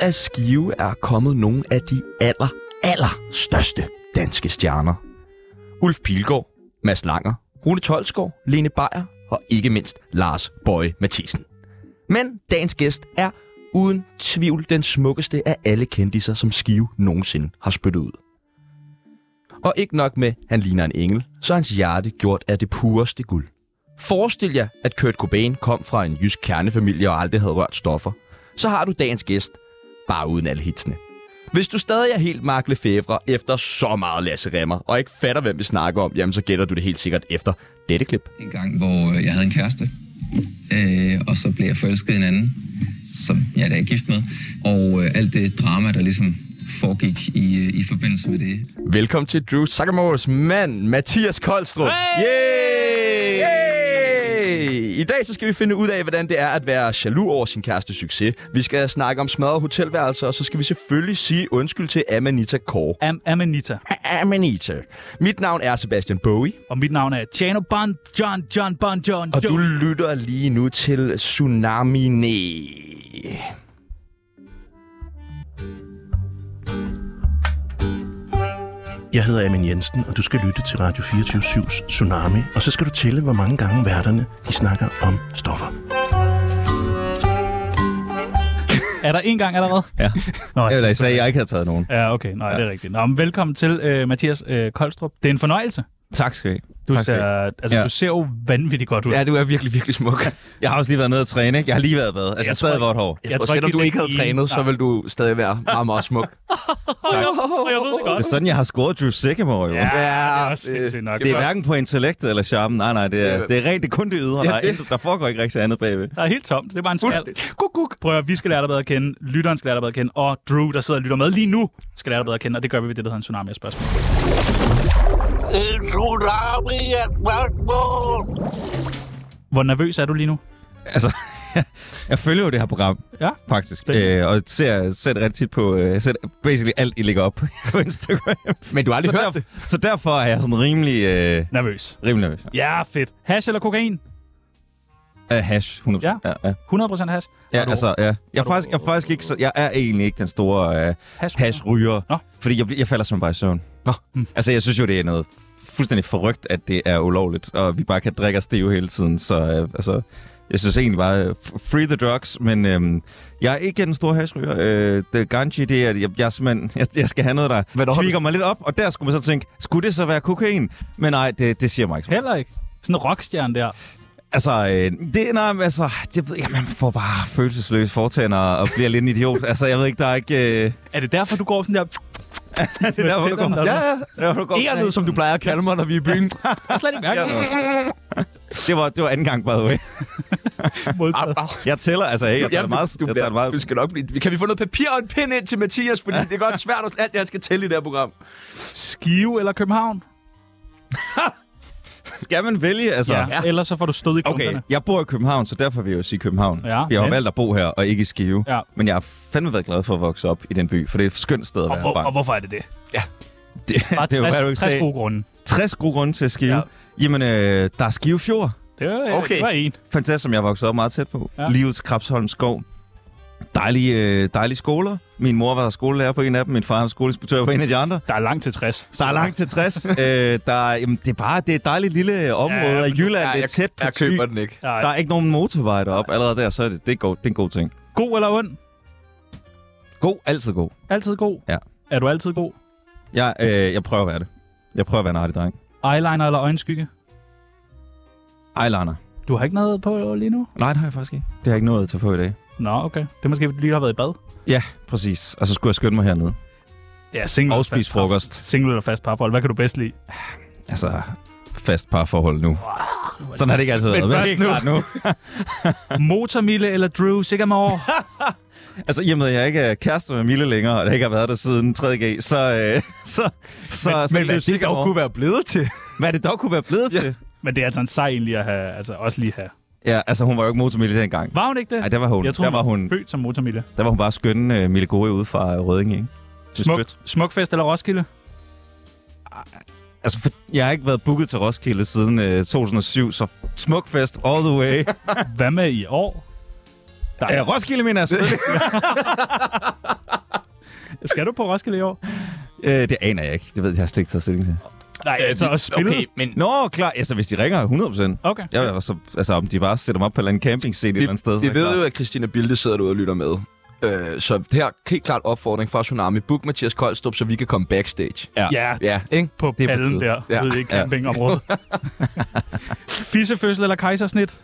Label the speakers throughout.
Speaker 1: af Skive er kommet nogle af de aller, aller største danske stjerner. Ulf Pilgaard, Mads Langer, Rune Tolsgaard, Lene Beyer og ikke mindst Lars Bøje Mathisen. Men dagens gæst er uden tvivl den smukkeste af alle kendiser, som Skive nogensinde har spyttet ud. Og ikke nok med, han ligner en engel, så er hans hjerte gjort af det pureste guld. Forestil jer, at Kurt Cobain kom fra en jysk kernefamilie og aldrig havde rørt stoffer. Så har du dagens gæst, bare uden alle hitsene. Hvis du stadig er helt Mark Lefebvre efter så meget Lasse Remmer, og ikke fatter, hvem vi snakker om, jamen så gætter du det helt sikkert efter dette klip.
Speaker 2: En gang, hvor øh, jeg havde en kæreste, øh, og så blev jeg forelsket i en anden, som jeg da er gift med. Og øh, alt det drama, der ligesom foregik i, øh, i forbindelse med det.
Speaker 1: Velkommen til Drew Sagamores mand, Mathias Koldstrup. Hey! Yay! I dag så skal vi finde ud af, hvordan det er at være jaloux over sin kærestes succes. Vi skal snakke om smadrede hotelværelser, og så skal vi selvfølgelig sige undskyld til Amanita Kåre.
Speaker 3: Am Amanita.
Speaker 1: Amanita. Mit navn er Sebastian Bowie,
Speaker 3: Og mit navn er Tjano Bon John John Bon John.
Speaker 1: og
Speaker 3: John.
Speaker 1: du lytter lige nu til Tsunami Ne.
Speaker 4: Jeg hedder Amin Jensen, og du skal lytte til Radio 24-7's Tsunami, og så skal du tælle, hvor mange gange værterne de snakker om stoffer.
Speaker 3: Er der en gang allerede?
Speaker 5: Ja.
Speaker 3: Nå,
Speaker 5: Eller jeg sagde, at jeg ikke havde taget nogen.
Speaker 3: ja, okay. Nej, det er rigtigt. Nå, men velkommen til, øh, Mathias øh, Koldstrup. Det er en fornøjelse.
Speaker 5: Tak skal I have.
Speaker 3: Du,
Speaker 5: tak skal I
Speaker 3: ser,
Speaker 5: have.
Speaker 3: altså,
Speaker 5: Ja.
Speaker 3: du ser jo vanvittigt godt ud.
Speaker 1: Ja, du er virkelig, virkelig smuk.
Speaker 5: Jeg har også lige været nede og træne, ikke? Jeg har lige været bad. Altså, jeg
Speaker 3: tror
Speaker 5: stadig
Speaker 3: ikke-
Speaker 5: vort hår.
Speaker 3: Jeg
Speaker 1: Og selvom
Speaker 3: vi
Speaker 1: du
Speaker 3: er
Speaker 1: ikke havde
Speaker 3: enige.
Speaker 1: trænet, så
Speaker 3: Nej.
Speaker 1: vil du stadig være meget, meget smuk.
Speaker 3: Og jeg ved det
Speaker 5: Det
Speaker 3: godt.
Speaker 5: er sådan, jeg har scoret Drew Sigamore, jo.
Speaker 3: Ja, det er
Speaker 1: Ja,
Speaker 3: også
Speaker 1: det-
Speaker 3: sindssygt nok.
Speaker 5: Det er
Speaker 1: også-
Speaker 5: hverken på intellektet eller charmen. Nej, nej, det
Speaker 1: Ja.
Speaker 5: er, det er rent, det er kun det ydre.
Speaker 1: Ja,
Speaker 5: Der, er
Speaker 1: det-
Speaker 5: intet, der foregår ikke rigtig andet bagved.
Speaker 3: Der er helt tomt. Det er bare en skal.
Speaker 1: Kuk, kuk.
Speaker 3: Prøv at høre, vi skal lære dig bedre at kende, lytteren skal lære dig bedre at kende, og Drew, der sidder og lytter med lige nu, skal lære dig bedre at kende, og det gør vi ved det, der hedder en tsunami af spørgsmål.
Speaker 6: En tsunami af spørgsmål.
Speaker 3: Hvor nervøs er du lige nu?
Speaker 5: Altså, jeg følger jo det her program,
Speaker 3: Ja.
Speaker 5: faktisk.
Speaker 3: Spændende.
Speaker 5: Øh, og ser, ser det rigtig tit på... Øh, jeg ser basically alt, I lægger op på Instagram.
Speaker 1: Men du har
Speaker 5: Så,
Speaker 1: aldrig hørt
Speaker 5: der,
Speaker 1: det.
Speaker 5: så derfor er jeg sådan rimelig... Øh,
Speaker 3: Nervøs.
Speaker 5: rimelig nervøs.
Speaker 3: Ja, fedt. Hash eller kokain?
Speaker 5: Uh, hash, 100%.
Speaker 3: Ja.
Speaker 5: ja, ja.
Speaker 3: 100% hash.
Speaker 5: Ja,
Speaker 3: Har du-
Speaker 5: altså, ja. Jeg er,
Speaker 3: du-
Speaker 5: faktisk, jeg, er faktisk ikke så, jeg er egentlig ikke den store øh,
Speaker 3: Hash-
Speaker 5: hashryger,
Speaker 3: Nå.
Speaker 5: fordi jeg, bl- jeg falder simpelthen bare i søvn.
Speaker 1: Nå.
Speaker 3: Mm.
Speaker 5: Altså, jeg synes jo, det er noget fuldstændig forrygt, at det er ulovligt, og vi bare kan drikke os stive hele tiden, så øh, altså, jeg synes egentlig bare, øh, f- free the drugs, men øh, jeg er ikke den store hashryger. Øh, det ganji, det er, jeg, jeg, er simpelthen, jeg, jeg skal have noget,
Speaker 1: Hvad
Speaker 5: der
Speaker 1: når du-
Speaker 5: kvikker mig lidt op, og der skulle man så tænke, skulle det så være kokain? Men nej, det, det siger mig ikke så meget.
Speaker 3: Heller ikke. Sådan en rockstjerne der.
Speaker 5: Altså, øh, det, nej, men altså, jeg ved, jamen, man får bare følelsesløse fortænder og bliver lidt en idiot. Altså, jeg ved ikke, der er ikke... Øh,
Speaker 3: Er det derfor, du går sådan der...
Speaker 5: det er der, hvor du
Speaker 3: tænderne,
Speaker 5: går.
Speaker 3: der
Speaker 5: Ja, ja, det er der, hvor du går.
Speaker 1: Ærnet, som du plejer at kalde mig, når vi er i byen.
Speaker 3: Jeg kan slet ikke mærke det.
Speaker 5: Det var, det var anden gang, by the way.
Speaker 3: Modtaget.
Speaker 5: Jeg tæller, altså, hey, jeg tæller meget.
Speaker 1: du,
Speaker 5: Jeg
Speaker 1: bliver,
Speaker 5: tæller meget.
Speaker 1: du skal nok blive... Kan vi få noget papir og en pind ind til Mathias? Fordi det er godt svært, at alt det, han skal tælle i det her program.
Speaker 3: Skive eller København?
Speaker 5: Skal man vælge, altså...
Speaker 3: Ja. Ellers så får du stød i klumperne.
Speaker 5: Okay, jeg bor i København, så derfor vil jeg jo sige København.
Speaker 3: Ja,
Speaker 5: jeg har
Speaker 3: men-
Speaker 5: valgt at bo her og ikke i Skive.
Speaker 3: Ja.
Speaker 5: Men jeg har fandme været glad for at vokse op i den by, for det er et skønt sted at
Speaker 3: Og,
Speaker 5: være
Speaker 3: hvor,
Speaker 5: barn.
Speaker 3: og hvorfor er det det?
Speaker 5: det,
Speaker 3: Bare
Speaker 5: det er jo, hvad du
Speaker 3: 60,
Speaker 5: ikke
Speaker 3: 60
Speaker 5: sagde.
Speaker 3: gode grunde.
Speaker 5: 60 gode grunde til at Skive.
Speaker 3: Ja.
Speaker 5: Jamen, øh, der er Skive Fjord.
Speaker 3: Det var,
Speaker 1: Okay.
Speaker 3: okay. det var en.
Speaker 5: Fantastisk, som jeg voksede op meget tæt på.
Speaker 3: Ja.
Speaker 5: Ja. Livet til Krabsholm Skov. Dejlige, øh, dejlige skoler. Min mor var skolelærer på en af dem, min far var skoleinspektør på en af de andre.
Speaker 3: Der er langt til 60.
Speaker 5: Der er langt til 60. øh, der, er- jamen, det er bare det er et dejligt lille område
Speaker 3: Ja,
Speaker 5: ja,
Speaker 3: men
Speaker 5: i Jylland.
Speaker 1: Ja,
Speaker 5: det er
Speaker 1: jeg,
Speaker 5: tæt på
Speaker 1: jeg køber
Speaker 5: Thy.
Speaker 1: den ikke.
Speaker 3: Ja,
Speaker 5: Der er ikke nogen motorvej deroppe allerede der, så er det, det, er god, det er en god ting.
Speaker 3: God eller ond?
Speaker 5: God, altid god.
Speaker 3: Altid god?
Speaker 5: Ja.
Speaker 3: Er du altid god?
Speaker 5: Jeg, øh, jeg prøver at være det. Jeg prøver at være en artig dreng.
Speaker 3: Eyeliner eller øjenskygge?
Speaker 5: Eyeliner.
Speaker 3: Du har ikke noget på lige nu?
Speaker 5: Nej, det har jeg faktisk ikke. Det har jeg ikke noget at tage på i dag.
Speaker 3: Nå, okay. Det er måske, fordi du lige har været i bad.
Speaker 5: Ja, præcis. Og så skulle jeg skynde mig hernede.
Speaker 3: Ja, single
Speaker 5: Og
Speaker 3: eller fast
Speaker 5: spise frokost.
Speaker 3: par- Single eller fast parforhold. Hvad kan du bedst lide?
Speaker 5: Altså, fast parforhold nu. Sådan har det ikke altid været. Men det er
Speaker 3: først nu.
Speaker 5: klart nu.
Speaker 3: Motormille eller Drew Sigamore?
Speaker 5: Altså, i og med, at jeg ikke er kærester med Mille længere, og det ikke har været der siden 3.G, så... Øh, så, så, men, så
Speaker 1: Men hvad det dog kunne være blevet til?
Speaker 5: hvad det dog kunne være blevet ja. til?
Speaker 3: Men det er altså en sej egentlig at have, altså også lige have.
Speaker 5: Ja, altså, hun var jo ikke motormille dengang.
Speaker 3: Var hun ikke det?
Speaker 5: Nej, der var hun.
Speaker 3: Jeg tror,
Speaker 5: der, var
Speaker 3: var
Speaker 5: hun
Speaker 3: født som motormille.
Speaker 5: der var hun bare skønne uh, Mille Gore ude fra øh, Rødding, ikke? Det er
Speaker 3: Smuk,
Speaker 5: skønt.
Speaker 3: smukfest eller Roskilde?
Speaker 5: Altså, for, jeg har ikke været booket til Roskilde siden øh, 2007, så smukfest all the way.
Speaker 3: Hvad med i år? Nej.
Speaker 5: Øh, Roskilde, mener jeg selvfølgelig.
Speaker 3: Skal du på Roskilde i år?
Speaker 5: øh, det aner jeg ikke. Det ved jeg, jeg har slet ikke taget stilling til.
Speaker 3: Nej, øh, altså også spillet.
Speaker 1: Okay, men
Speaker 5: Nå, klar. Altså, hvis de ringer 100 procent.
Speaker 3: Okay.
Speaker 5: Jeg, og så, altså, om de bare sætter mig op på en eller anden campingscene et eller andet sted. så
Speaker 1: Vi
Speaker 5: er jeg
Speaker 1: ved
Speaker 5: klar.
Speaker 1: jo, at Christina Bilde sidder derude og lytter med. Øh, så her helt klart opfordring fra Tsunami. Book Mathias Koldstrup, så vi kan komme backstage.
Speaker 3: Ja,
Speaker 1: Ja, ikke?
Speaker 3: på
Speaker 5: Det er på
Speaker 3: pallen
Speaker 5: tide.
Speaker 3: der, ja.
Speaker 1: Ja.
Speaker 3: ude i campingområdet. Fissefødsel eller kejsersnit?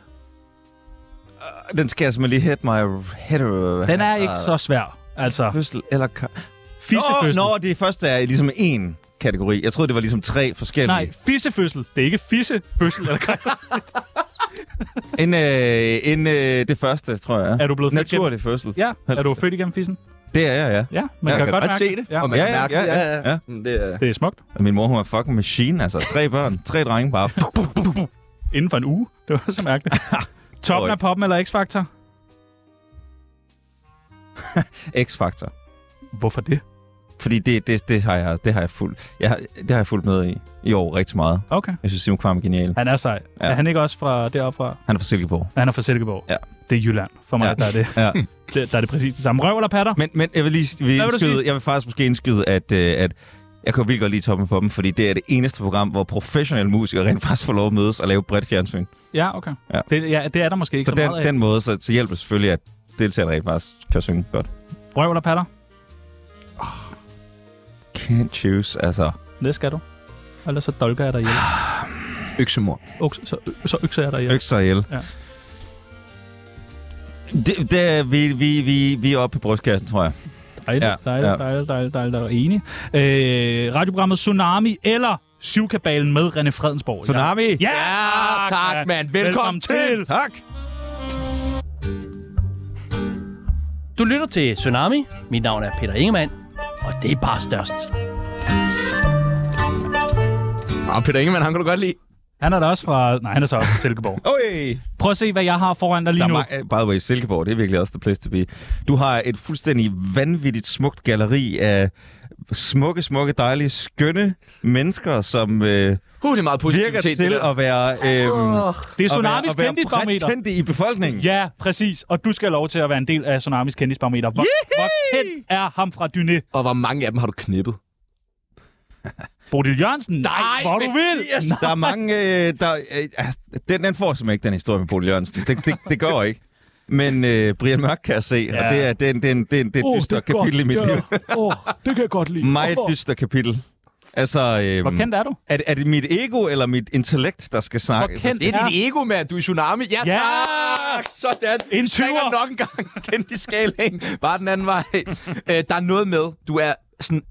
Speaker 5: Den skal jeg simpelthen lige hit my head. øh,
Speaker 3: Den er ikke så svær. Altså,
Speaker 5: Fødsel eller... ka-
Speaker 3: fissefødsel.
Speaker 5: Nå, nå, det første er ligesom en kategori. Jeg troede, det var ligesom tre forskellige.
Speaker 3: Nej, fissefødsel. Det er ikke fissefødsel eller kejsersnit.
Speaker 5: En, øh, en, øh, det første, tror jeg.
Speaker 3: Er du blevet født
Speaker 5: Naturlig fødsel.
Speaker 3: Ja, er du født igennem fissen?
Speaker 5: Det er jeg, ja.
Speaker 3: Ja, man kan,
Speaker 5: Jeg
Speaker 3: kan
Speaker 5: kan
Speaker 3: godt
Speaker 1: Man
Speaker 3: mærke
Speaker 1: se det,
Speaker 3: Ja.
Speaker 1: og man
Speaker 5: Ja,
Speaker 1: kan
Speaker 5: ja,
Speaker 1: mærke
Speaker 5: ja,
Speaker 1: det.
Speaker 5: ja, ja.
Speaker 1: Mm, Det er...
Speaker 3: Det er smukt.
Speaker 5: Og Min mor, hun var fucking machine, altså. Tre børn, tre drenge bare.
Speaker 3: Inden for en uge. Det var så mærkeligt. Toppen
Speaker 5: Oj.
Speaker 3: af poppen eller X-Factor?
Speaker 5: X-faktor.
Speaker 3: Hvorfor det?
Speaker 5: Fordi det, det, det, har jeg, det har jeg fuldt. Jeg, har- det har jeg fulgt med i i år rigtig meget.
Speaker 3: Okay.
Speaker 5: Jeg synes, Simon Kvam er genial.
Speaker 3: Han er sej. Ja.
Speaker 5: Ja.
Speaker 3: Er han ikke også fra deroppe fra?
Speaker 5: Han er fra Silkeborg.
Speaker 3: Han er fra Silkeborg.
Speaker 5: Ja.
Speaker 3: Det er Jylland. For mig, ja.
Speaker 5: Ja.
Speaker 3: der, er det,
Speaker 5: Ja.
Speaker 3: det, der er det præcis det samme. Røv eller patter?
Speaker 5: Men, men jeg vil lige vil
Speaker 3: Hvad vil du
Speaker 5: indskyde,
Speaker 3: sige?
Speaker 5: jeg vil faktisk måske indskyde, at, øh, at jeg kan jo vildt godt lide Toppen på dem, fordi det er det eneste program, hvor professionelle musikere rent faktisk får lov at mødes og lave bredt fjernsyn.
Speaker 3: Ja, okay.
Speaker 5: Ja.
Speaker 3: Det, ja, det er der måske ikke så,
Speaker 5: Så
Speaker 3: så
Speaker 5: den,
Speaker 3: meget af.
Speaker 5: den måde, så, så hjælper det selvfølgelig, at deltagerne rent faktisk kan synge godt.
Speaker 3: Røv eller patter?
Speaker 5: Can't choose, altså.
Speaker 3: Det skal du. Ellers så dolker jeg dig ihjel.
Speaker 1: Øksemor.
Speaker 3: Uks, så, så økser jeg dig ihjel.
Speaker 5: Økser ihjel.
Speaker 3: Ja.
Speaker 5: Det, det, vi, vi, vi, vi er oppe på brystkassen, tror jeg.
Speaker 3: Dejligt,
Speaker 5: Ja,
Speaker 3: dejligt,
Speaker 5: ja.
Speaker 3: dejligt, dejligt, dejligt, dejligt. Enig. Øh, radioprogrammet Tsunami eller Syvkabalen med René Fredensborg.
Speaker 5: Tsunami!
Speaker 3: Ja,
Speaker 1: Ja, tak, mand. Velkommen til.
Speaker 5: Tak!
Speaker 7: Du lytter til Tsunami. Mit navn er Peter Ingemann, og det er bare størst.
Speaker 1: Nå, Ah, Peter Ingemann, han kan du godt lide.
Speaker 3: Han er da også fra... Nej, han er så også fra Silkeborg.
Speaker 5: Oj!
Speaker 3: Prøv at se, hvad jeg har foran dig lige
Speaker 5: Der
Speaker 3: nu.
Speaker 5: er mange, by the way, Silkeborg, det er virkelig også the place to be. Du har et fuldstændig vanvittigt smukt galleri af smukke, smukke, dejlige, skønne mennesker, som øh,
Speaker 1: Uh, det er meget
Speaker 5: virker
Speaker 1: positivitet. det
Speaker 5: til
Speaker 1: der.
Speaker 5: at være... Øh, oh,
Speaker 3: Det er Tsunamis kendisbarometer.
Speaker 5: kendte i befolkningen.
Speaker 3: Ja, præcis. Og du skal have lov til at være en del af Tsunamis kendisbarometer. Hvor, hvor kendt er ham fra Dyne?
Speaker 1: Og hvor mange af dem har du knippet?
Speaker 3: Bodil Jørgensen? Nej, hvor du vil!
Speaker 5: Yes. Der er mange... Øh, der, øh, altså, den, den får simpelthen ikke, den historie med Bodil Jørgensen. Det, det, det går ikke. Men øh, Brian Mørk kan jeg se, ja.
Speaker 3: Ja.
Speaker 5: og det er, det er, det er, det er, det er et
Speaker 3: Åh,
Speaker 5: dyster
Speaker 3: er godt.
Speaker 5: kapitel i mit
Speaker 3: Ja.
Speaker 5: liv.
Speaker 3: Åh, det kan jeg godt lide.
Speaker 5: Meget
Speaker 3: Åh.
Speaker 5: dyster kapitel. Altså, øh,
Speaker 3: Hvor kendt er du?
Speaker 5: Er det, er det mit ego eller mit intellekt, der skal snakke?
Speaker 3: Hvor kendt
Speaker 1: Det er dit ego, mand. Du er i Tsunami. Ja,
Speaker 3: Ja.
Speaker 1: tak! Sådan. Trækker
Speaker 3: En syver.
Speaker 1: nok en gang. Kendt i skalaen. Bare den anden vej. Øh, der er noget med. Du er sådan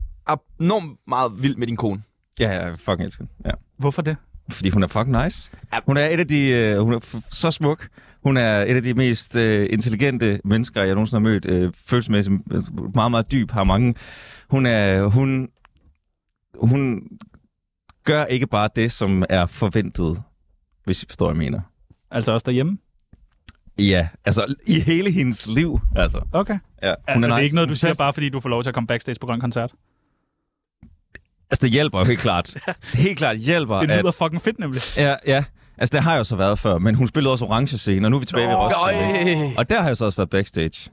Speaker 1: enormt meget vild med din kone.
Speaker 5: Ja, jeg fucking elsker hende. Ja.
Speaker 3: Hvorfor det?
Speaker 5: Fordi hun er fucking nice.
Speaker 1: Ja.
Speaker 5: Hun er et af de... Øh, hun er f- så smuk. Hun er et af de mest øh, intelligente mennesker, jeg nogensinde har mødt. Øh, følelsesmæssigt øh, meget, meget dyb. Har mange... Hun er... Hun... Hun gør ikke bare det, som er forventet, hvis I forstår, hvad jeg mener.
Speaker 3: Altså også derhjemme?
Speaker 5: Ja, altså i hele hendes liv, altså.
Speaker 3: Okay.
Speaker 5: Ja,
Speaker 3: Hun er det er ikke noget, du
Speaker 5: Hun
Speaker 3: siger bare, fordi du får lov til at komme backstage på Grøn Koncert.
Speaker 5: Altså, det hjælper jo helt klart. helt klart hjælper,
Speaker 3: Det
Speaker 5: at
Speaker 3: lyder fucking fedt nemlig.
Speaker 5: Ja, ja. Altså, det har jeg jo så været før, men hun spillede også orange scene, og nu er vi tilbage ved Roskilde.
Speaker 1: Øj.
Speaker 5: Og der har jeg så også været backstage.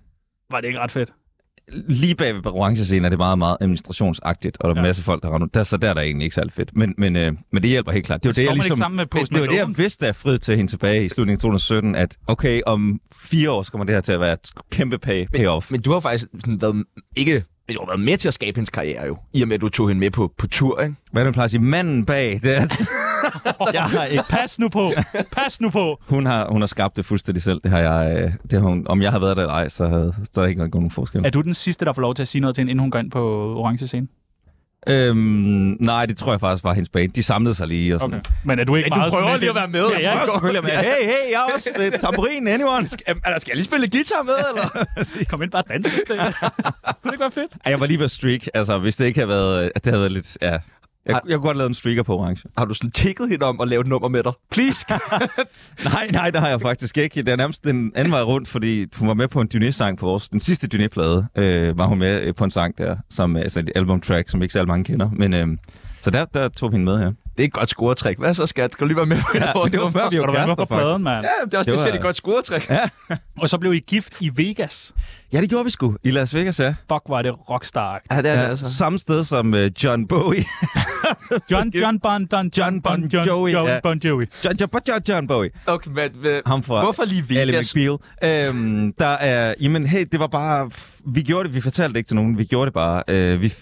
Speaker 3: Var det ikke ret fedt?
Speaker 5: Lige bag ved orange scene er det meget, meget administrationsagtigt, og der er
Speaker 3: Ja.
Speaker 5: en masse folk, der render. Der, så der er der egentlig ikke særlig fedt. Men, men, øh, men det hjælper helt klart. Det var det,
Speaker 3: Står
Speaker 5: jeg
Speaker 3: man ikke
Speaker 5: ligesom...
Speaker 3: sammen med Post
Speaker 5: det var det, jeg
Speaker 3: Malone?
Speaker 5: vidste af frid til hende tilbage i slutningen af 2017, at okay, om fire år så kommer det her til at være et kæmpe pay, payoff.
Speaker 1: Men du har faktisk sådan været ikke... Du har været med til at skabe hendes karriere jo. I og med, at du tog hende med på, på tur, ikke?
Speaker 5: Hvad er det, man plejer at sige? Manden bag, det er... jeg har ikke
Speaker 3: Pas nu på! Pas nu på!
Speaker 5: Hun har, hun har skabt det fuldstændig selv. Det har jeg, øh, det har hun, om jeg havde været der eller ej, så, havde, så er der ikke rigtig nogen forskel.
Speaker 3: Er du den sidste, der får lov til at sige noget til hende, inden hun går ind på orange scene?
Speaker 5: Øhm, nej, det tror jeg faktisk var hendes bane. De samlede sig lige og sådan. Okay.
Speaker 3: Mm. Men er du ikke
Speaker 1: Men du
Speaker 3: meget
Speaker 1: prøver
Speaker 3: sådan
Speaker 1: lige at
Speaker 3: lidt-
Speaker 1: være med.
Speaker 3: Ja, jeg
Speaker 1: Prøv
Speaker 5: Selvfølgelig, men hey, hey, jeg er også uh, tamburin, anyone.
Speaker 1: Jamen, altså, skal jeg lige spille guitar med, eller?
Speaker 3: Kom ind bare og dans. lidt. Kunne det ikke være fedt?
Speaker 5: Ej, Jeg var lige ved streak, altså hvis det ikke havde været, øh, det havde været lidt, ja. Jeg, jeg kunne godt lave en streaker på orange.
Speaker 1: har du sådan tækket hende om at lave et nummer med dig? Please!
Speaker 5: Nej, nej, det har jeg faktisk ikke. Det er nærmest den anden vej rundt, fordi hun var med på en dynesang på vores, den sidste dyneplade, øh, var hun med øh, på en sang øhm, der, som, øh, altså et albumtrack, som ikke særlig mange kender. Men, øh, så der, der tog vi hende med her.
Speaker 1: Det er et godt scoretræk. Hvad så, skat? Skal du lige være med på et
Speaker 5: det var før vi
Speaker 3: Skal
Speaker 5: var
Speaker 3: du være med
Speaker 5: kærester,
Speaker 3: på pladen,
Speaker 5: faktisk.
Speaker 3: mand?
Speaker 1: Ja, det er også
Speaker 5: Det
Speaker 1: det
Speaker 5: var-
Speaker 1: et godt scoretræk. Ja.
Speaker 3: Og så blev I gift i Vegas.
Speaker 5: Ja, det gjorde vi sgu. I Las Vegas, ja.
Speaker 3: Fuck, var det rockstar
Speaker 1: ja, det er det
Speaker 5: ja
Speaker 1: altså.
Speaker 5: samme sted som øh, John Bowie.
Speaker 3: John, John Bon, Don,
Speaker 5: John Bon Jovi,
Speaker 3: John,
Speaker 5: ja.
Speaker 3: Bon Jovi.
Speaker 5: John, John, John, John Bowie.
Speaker 1: Okay, men, men,
Speaker 5: Ham fra
Speaker 1: Hvorfor lige
Speaker 5: Alle
Speaker 1: Vegas?
Speaker 5: McBeal. Øhm, der er... Jamen, hey, det var bare... Vi gjorde det. Vi fortalte det ikke til nogen. Vi gjorde det bare. Øh, vi,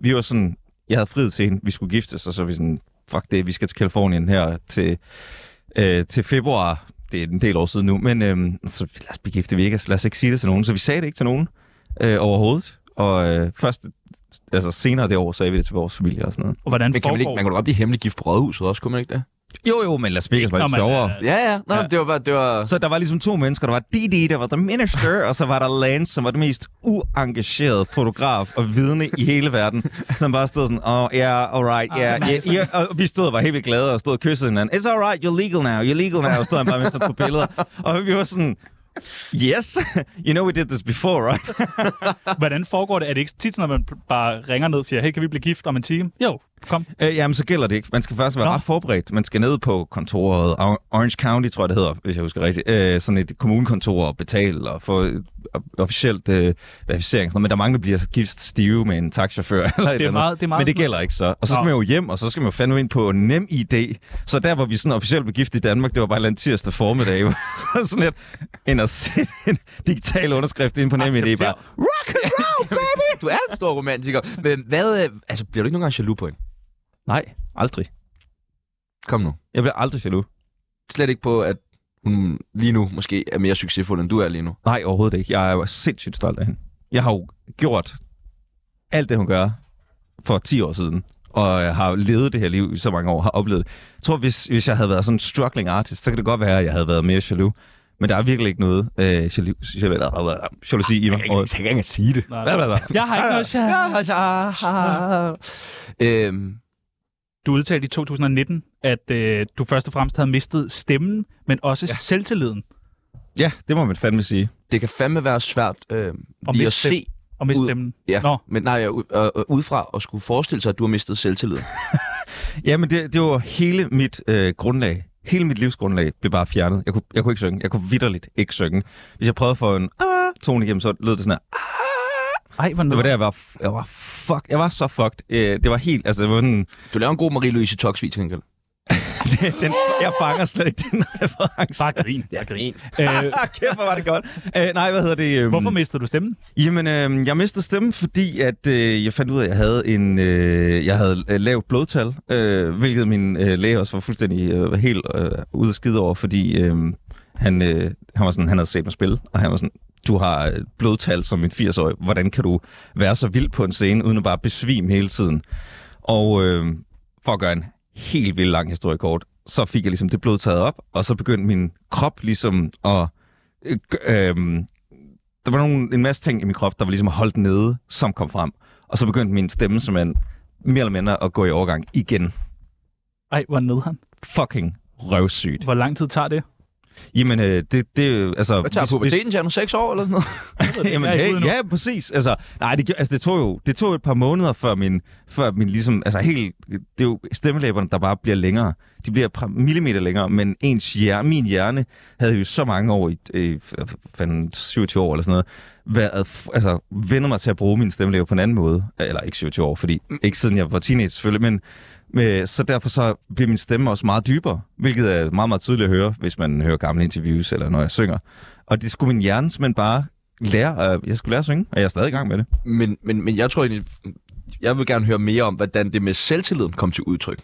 Speaker 5: vi var sådan... Jeg havde friet til hende. Vi skulle giftes, og så er vi sådan... Fuck det, vi skal til Kalifornien her til, øh, til februar. Det er en del år siden nu. Men øhm, så lad os blive gift i Vegas. Lad os ikke sige det til nogen. Så vi sagde det ikke til nogen øh, overhovedet. Og øh, først... Altså senere det år sagde vi det til vores familie og sådan noget.
Speaker 3: Og hvordan
Speaker 1: Men kan man, ikke,
Speaker 3: foregår
Speaker 1: man kunne da godt blive hemmelig gift på rådhuset også, kunne man ikke det?
Speaker 5: Jo, jo, men Las Vegas var
Speaker 3: Nå,
Speaker 5: lidt
Speaker 3: men,
Speaker 5: sjovere.
Speaker 3: øh,
Speaker 1: Ja, ja. Nå, ja. det var bare... Det var...
Speaker 5: Så der var ligesom to mennesker. Der var Didi, der var The Minister, og så var der Lance, som var den mest uengagerede fotograf og vidne i hele verden, som bare stod sådan, oh, yeah, alright, yeah,
Speaker 3: Ah,
Speaker 5: yeah, yeah. Og vi stod og var helt vildt glade og stod og kyssede hinanden. It's alright, you're legal now, you're legal now. Og stod han bare med sig på billeder. Og vi var sådan, yes, you know we did this before, right?
Speaker 3: øh, Hvordan foregår det? Er det ikke tit, sådan, at man bare ringer ned og siger, hey, kan vi blive gift om en time? Jo, kom.
Speaker 5: Øh, jamen, så gælder det ikke. Man skal først være
Speaker 3: Nå.
Speaker 5: ret forberedt. Man skal ned på kontoret, Or- Orange County, tror jeg, det hedder, hvis jeg husker rigtigt. Øh, sådan et kommunekontor og betale og få øh, officielt øh, verificering. og Sådan noget. Men der er mange, der bliver gift stive med en taxachauffør. Eller et
Speaker 3: Det er
Speaker 5: eller
Speaker 3: meget-
Speaker 5: andet.
Speaker 3: det er meget
Speaker 5: Men det
Speaker 3: sådan-
Speaker 5: gælder ikke så. Og så skal
Speaker 3: Nå.
Speaker 5: man jo hjem, og så skal man jo fandme ind på nem idé. Så der, hvor vi sådan officielt blev gift i Danmark, det var bare en eller anden tirsdag formiddag. hvor sådan lidt ind og sætte en digital underskrift ind på nem idé. Bare,
Speaker 1: Rock and roll, baby! du er en stor romantiker. Men hvad... øh, Altså, bliver du ikke nogen gange jaloux på hende?
Speaker 5: nej, aldrig.
Speaker 1: Kom nu.
Speaker 5: Jeg bliver aldrig jaloux.
Speaker 1: Slet ikke på, at hun lige nu måske er mere succesfuld, end du er lige nu.
Speaker 5: Nej, overhovedet ikke. Jeg er jo sindssygt stolt af hende. Jeg har jo gjort alt det, hun gør for 10 år siden, og jeg har levet det her liv i så mange år, har oplevet det. Jeg tror, hvis, hvis jeg havde været sådan en struggling artist, så kan det godt være, at jeg havde været mere jaloux. Men der er virkelig ikke noget øh, jaloux, jaloux, jalousi i mig. overhovedet.
Speaker 1: ikke engang sige det.
Speaker 3: Nej,
Speaker 5: Hvad,
Speaker 3: nej.
Speaker 5: hvad, hvad?
Speaker 3: Jeg har ikke noget ja.
Speaker 1: Øhm,
Speaker 3: Du udtalte i 2019, at øh, du først og fremmest havde mistet stemmen, men også ja. selvtilliden.
Speaker 5: Ja, det må man fandme sige.
Speaker 1: det kan fandme være svært øh,
Speaker 3: Og
Speaker 1: lige at
Speaker 3: miste-
Speaker 1: se
Speaker 3: Og miste
Speaker 1: Ud-
Speaker 3: stemmen.
Speaker 1: Ja,
Speaker 3: Nå.
Speaker 1: Nå. men nej, ud, øh, øh, udefra at skulle forestille sig, at du har mistet selvtillid.
Speaker 5: Jamen, det, det var hele mit øh, grundlag. Hele mit livsgrundlag blev bare fjernet. Jeg kunne, jeg kunne ikke synge. Jeg kunne vidderligt ikke synge. Hvis jeg prøvede at få en ah, tone igennem, så lød det sådan her.
Speaker 3: Ej, hvor
Speaker 5: Det var
Speaker 3: noget.
Speaker 5: der, jeg var, f- jeg var, fuck, jeg var så fucked. Øh, det var helt, altså, det var sådan,
Speaker 1: Du laver en god Marie-Louise Toxvi, til gengæld.
Speaker 5: den, jeg fanger slet ikke den reference.
Speaker 3: Bare grin. Bare grin. Øh,
Speaker 5: Ah, kæft, hvor var det godt. Øh, nej, hvad hedder det? øhm,
Speaker 3: hvorfor mistede du stemmen?
Speaker 5: Jamen, øh, jeg mistede stemmen, fordi at, øh, jeg fandt ud af, at jeg havde, en, øh, jeg havde øh, lavt blodtal, øh, hvilket min øh, læge også var fuldstændig øh, helt øh, ude at skide over, fordi øh, han, øh, han, var sådan, han havde set mig spille, og han var sådan, du har øh, blodtal som en 80-årig, hvordan kan du være så vild på en scene, uden at bare besvime hele tiden? Og øh, for at gøre en helt vildt lang historie kort, så fik jeg ligesom det blod taget op, og så begyndte min krop ligesom at... Øh, g- øhm, der var nogle, en masse ting i min krop, der var ligesom holdt nede, som kom frem. Og så begyndte min stemme som en mere eller mindre at gå i overgang igen.
Speaker 3: Ej, hvor nede han.
Speaker 5: Fucking røvsygt.
Speaker 3: Hvor lang tid tager det?
Speaker 5: Jamen, øh, det, det, øh, altså...
Speaker 1: Hvad tager
Speaker 5: hvis- hvis-
Speaker 1: puberteten, Tjerno? 6 år eller sådan noget?
Speaker 5: Jamen,
Speaker 3: Jeg er ikke
Speaker 5: hey,
Speaker 3: ude nu.
Speaker 5: ja, præcis. Altså, nej, det, gjorde- altså, det tog jo det tog et par måneder, før min, før min ligesom, altså helt, det er jo stemmelæberne, der bare bliver længere. De bliver et par millimeter længere, men ens hjerne, min hjerne havde jo så mange år, i, øh, fanden, 27 år eller sådan noget, været, f- altså, vendet mig til at bruge min stemmelæber på en anden måde. Eller ikke 27 år, fordi ikke siden jeg var teenager selvfølgelig, men øh, så derfor så bliver min stemme også meget dybere, hvilket er meget, meget tydeligt at høre, hvis man hører gamle interviews eller når jeg synger. Og det skulle min hjerne simpelthen bare lære, øh, jeg skulle lære at synge, og jeg er stadig i gang med det.
Speaker 1: Men, men, men jeg tror egentlig, jeg vil gerne høre mere om, hvordan det med selvtilliden kom til udtryk.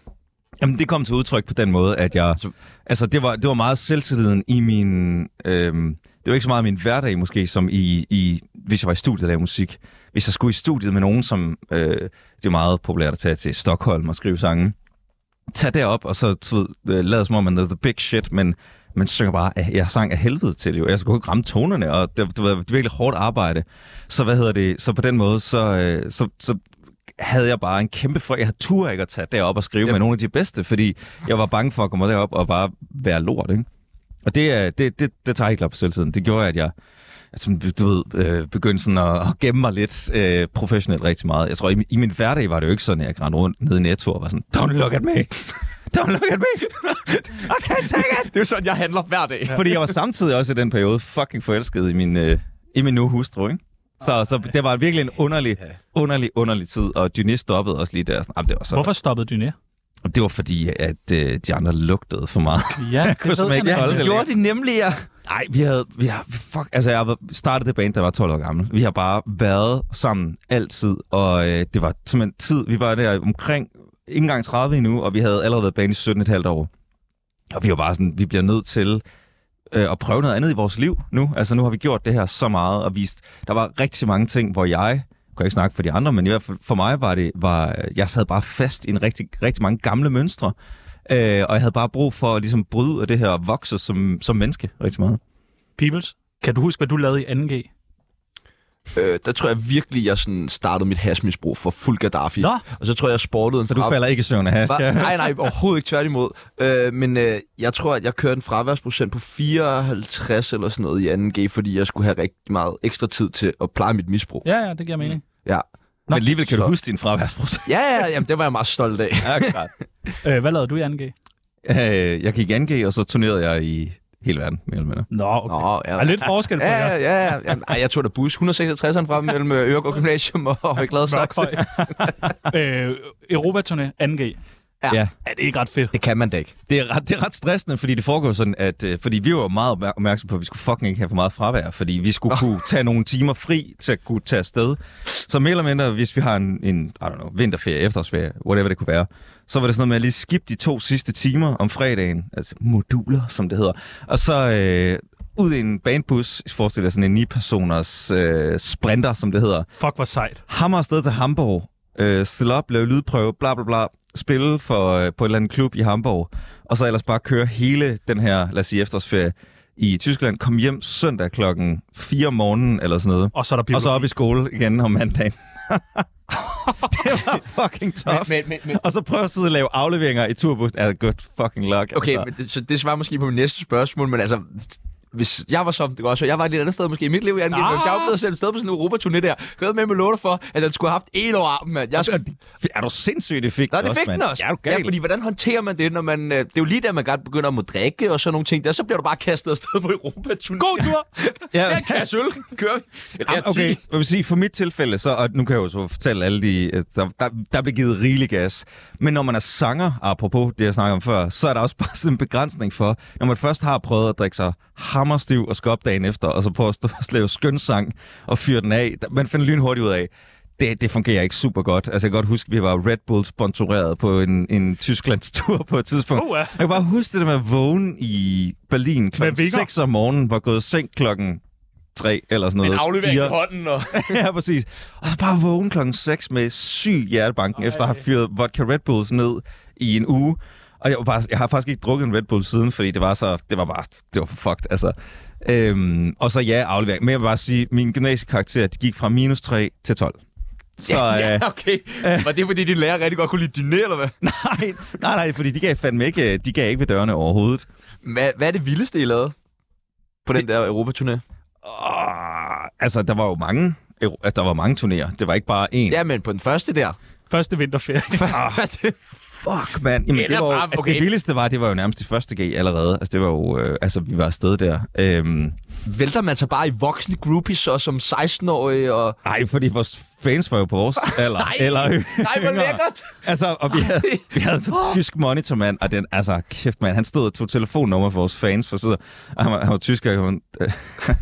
Speaker 5: Jamen, det kom til udtryk på den måde, at jeg... Altså, det var, det var meget selvtilliden i min... Øhm, det var ikke så meget min hverdag, måske, som i, i... Hvis jeg var i studiet og lavede musik. Hvis jeg skulle i studiet med nogen, som... Øh, det er meget populært at tage til Stockholm og skrive sange. Tag derop, og så du ved, øh, lad som om, man er the big shit, men man synger bare, at jeg sang af helvede til jo. Jeg skulle ikke ramme tonerne, og det, det var virkelig hårdt arbejde. Så hvad hedder det? Så på den måde, så, øh, så, så havde jeg bare en kæmpe frygt. Jeg turde ikke at tage derop og skrive
Speaker 1: Yep.
Speaker 5: yep. med nogle af de bedste, fordi jeg var bange for at komme derop og bare være lort, ikke? Og det, er- det, det, det tager helt op på selvtiden. Det gjorde, at jeg altså, du ved, øh, begyndte sådan at, at gemme mig lidt øh, professionelt rigtig meget. Jeg tror, i, min- i min hverdag var det jo ikke sådan, at jeg rendte rundt nede i Netto og var sådan, don't look at me! Don't look at me! I can't take it!
Speaker 1: Det er jo sådan, jeg handler hver dag. Ja.
Speaker 5: Fordi jeg var samtidig også i den periode fucking forelsket i min, øh, i min nu hustru, ikke? Så, så det var virkelig en underlig, underlig, underlig tid, og Dyné stoppede også lige der. Sådan, "Jamen, det var så
Speaker 3: Hvorfor stoppede du ned?
Speaker 5: det var fordi, at øh, de andre lugtede for meget.
Speaker 3: Ja,
Speaker 5: Jeg kunne simpelthen ikke holde det længere.
Speaker 1: det nemlig, ja.
Speaker 5: Nej, vi havde... Vi har, fuck, altså, jeg var- startede det band, da jeg var 12 år gammel. Vi har bare været sammen altid, og øh, det var simpelthen tid. Vi var der omkring ikke engang 30 endnu, og vi havde allerede været band i 17 et halvt år. Og vi var bare sådan, vi bliver nødt til øh, at prøve noget andet i vores liv nu. Altså, nu har vi gjort det her så meget og vist... Der var rigtig mange ting, hvor jeg kan ikke snakke for de andre, men i hvert fald for mig var det, var, jeg sad bare fast i en rigtig, rigtig mange gamle mønstre, øh, og jeg havde bare brug for at ligesom bryde ud af det her og vokse som, som menneske rigtig meget.
Speaker 3: Peoples, kan du huske, hvad du lavede i 2G?
Speaker 1: Øh, der tror jeg virkelig, jeg sådan startede mit hashmisbrug for fuld Gaddafi.
Speaker 3: Nå.
Speaker 1: Og så tror jeg, jeg sportede en
Speaker 5: Så du
Speaker 1: fra-
Speaker 5: falder ikke i søvn af hash?
Speaker 1: Hva?
Speaker 5: Ja.
Speaker 1: Nej, nej, overhovedet ikke tværtimod. Øh, men øh, jeg tror, at jeg kørte en fraværsprocent på 54 eller sådan noget i 2G, fordi jeg skulle have rigtig meget ekstra tid til at pleje mit misbrug.
Speaker 3: Ja, ja, det giver mening.
Speaker 1: Ja,
Speaker 5: Men alligevel kan du
Speaker 1: Så-
Speaker 5: huske din fraværsprocent.
Speaker 1: ja, ja jamen, det var jeg meget stolt af.
Speaker 5: Ja, klart.
Speaker 3: Øh, hvad lavede du i 2G?
Speaker 5: øh, jeg gik i 2G, og så turnerede jeg i hele verden, mere eller mindre.
Speaker 3: Nå, okay.
Speaker 1: Nå,
Speaker 3: Der
Speaker 1: ja.
Speaker 3: er lidt forskel på
Speaker 1: Ja,
Speaker 3: jer.
Speaker 1: ja, ja. ja. Jamen, ej, jeg tog da bus 166'eren frem mellem øh, Øregård Gymnasium og Højglade Saxe.
Speaker 3: Mørkhøj. øh, Europaturné 2G.
Speaker 1: Ja.
Speaker 5: Ja.
Speaker 3: Er det er ikke ret fedt?
Speaker 1: Det kan man da ikke.
Speaker 5: Det er, ret, det er ret stressende, fordi det foregår sådan, at... Øh, fordi vi var jo meget opmær- opmærksomme på, at vi skulle fucking ikke have for meget fravær, fordi vi skulle kunne tage nogle timer fri til at kunne tage afsted. Så mere eller mindre, hvis vi har en, en I don't know, vinterferie, efterårsferie, whatever det kunne være, så var det sådan noget med at lige skip de to sidste timer om fredagen, altså moduler, som det hedder, og så øh, ud i en bandbus, forestil dig sådan en 9-personers øh, sprinter, som det hedder,
Speaker 3: Fuck, hvor sejt.
Speaker 5: hammer afsted til Hamburg, øh, stille op, lave lydprøve, bla bla bla, spille for, øh, på en eller anden klub i Hamburg, og så ellers bare køre hele den her, lad os sige, efterårsferie i Tyskland, kom hjem søndag klokken 4 om morgenen eller sådan noget,
Speaker 3: Og så er der
Speaker 5: og
Speaker 3: Peoples.
Speaker 5: så op i skole igen om mandagen. det var fucking tough.
Speaker 1: Men, men, men,
Speaker 5: Og så prøve at sidde og lave afleveringer i turbussen. Ja, good fucking luck.
Speaker 1: Okay,
Speaker 5: altså.
Speaker 1: men det, så det svarer måske på mit næste spørgsmål, men altså, hvis jeg var som det også, jeg var et lidt andet sted måske i mit liv, jeg angik,
Speaker 3: Ah!
Speaker 1: hvis jeg var blevet sendt sted på sådan en Europaturné der, kød med med låter for, at den skulle have haft en over armen, mand. Jeg skulle...
Speaker 5: Er du sindssyg, det fik
Speaker 1: Nå,
Speaker 5: den
Speaker 1: det fik
Speaker 5: mand.
Speaker 1: den også.
Speaker 5: Ja, er du gal.
Speaker 1: ja, fordi hvordan håndterer man det, når man... øh, Det er jo lige da, man godt begynder at må drikke og sådan nogle ting. Der, så bliver du bare kastet afsted på Europaturné.
Speaker 3: God tur!
Speaker 5: ja,
Speaker 1: Jeg kan øl. Kører vi. Eller
Speaker 5: Jamen,
Speaker 1: jeg er
Speaker 5: okay,
Speaker 1: ti.
Speaker 5: jeg vil sige, for mit tilfælde, så, og nu kan jeg jo så fortælle alle de, øh, der, der, der bliver givet rigelig gas, men når man er sanger, apropos det, jeg snakkede om før, så er der også bare sådan en begrænsning for, når man først har prøvet at drikke sig hammerstiv og skop dagen efter, og så prøver at stå og lave skønsang og fyre den af, der- man finder lynhurtigt ud af, det, det fungerer ikke super godt. Altså, jeg kan godt huske, at vi var Red Bull sponsoreret på en, en Tysklands tur på et tidspunkt.
Speaker 3: Oh, ja.
Speaker 5: Jeg kan bare huske det der med at vågne i Berlin klokken
Speaker 3: vinger.
Speaker 5: 6 om morgenen, var gået i seng klokken 3 eller sådan noget.
Speaker 1: En aflevering i
Speaker 5: Fire.
Speaker 1: hånden. Og...
Speaker 5: ja, præcis. Og så bare vågne klokken 6 med syg hjertebanken, efter at have fyret vodka Red Bulls ned i en uge. Og jeg, var bare, jeg har faktisk ikke drukket en Red Bull siden, fordi det var så, det var bare, det var for fucked, altså. Øhm, og så ja, aflevering. Men jeg vil bare sige, min gymnasiekarakter, de gik fra minus 3 til 12. Så, øh,
Speaker 1: Ja, okay. Var det, fordi din lærer rigtig godt kunne lide dine, eller hvad?
Speaker 5: nej, nej, nej, fordi de gav fandme ikke, øh, de gav ikke ved dørene overhovedet.
Speaker 1: hvad? Hvad er det vildeste, I lavede på den der Europaturné?
Speaker 5: Åh, altså, der var jo mange, altså, der var mange turnéer. Det var ikke bare én.
Speaker 1: Ja, men på den første der.
Speaker 3: Første vinterferie.
Speaker 5: Ah.
Speaker 1: Første.
Speaker 5: Fuck, mand. Jamen,
Speaker 1: Eller
Speaker 5: det, var
Speaker 1: bare-
Speaker 5: jo,
Speaker 1: okay.
Speaker 5: okay. det vildeste var, det var jo nærmest i første G allerede. Altså, det var jo... Øh, altså, vi var afsted der. Øhm,
Speaker 1: Vælter man sig bare i voksne groupies og som 16-årige og...
Speaker 5: ej, fordi vores fans var jo på vores alder.
Speaker 1: Nej,
Speaker 5: eller yngre.
Speaker 1: nej, hvor lækkert!
Speaker 5: Altså, og vi havde, vi havde en tysk monitormand, og den, altså, kæft mand, han stod og tog telefonnummer for vores fans, for så, og han var, han var tysker, og han, øh,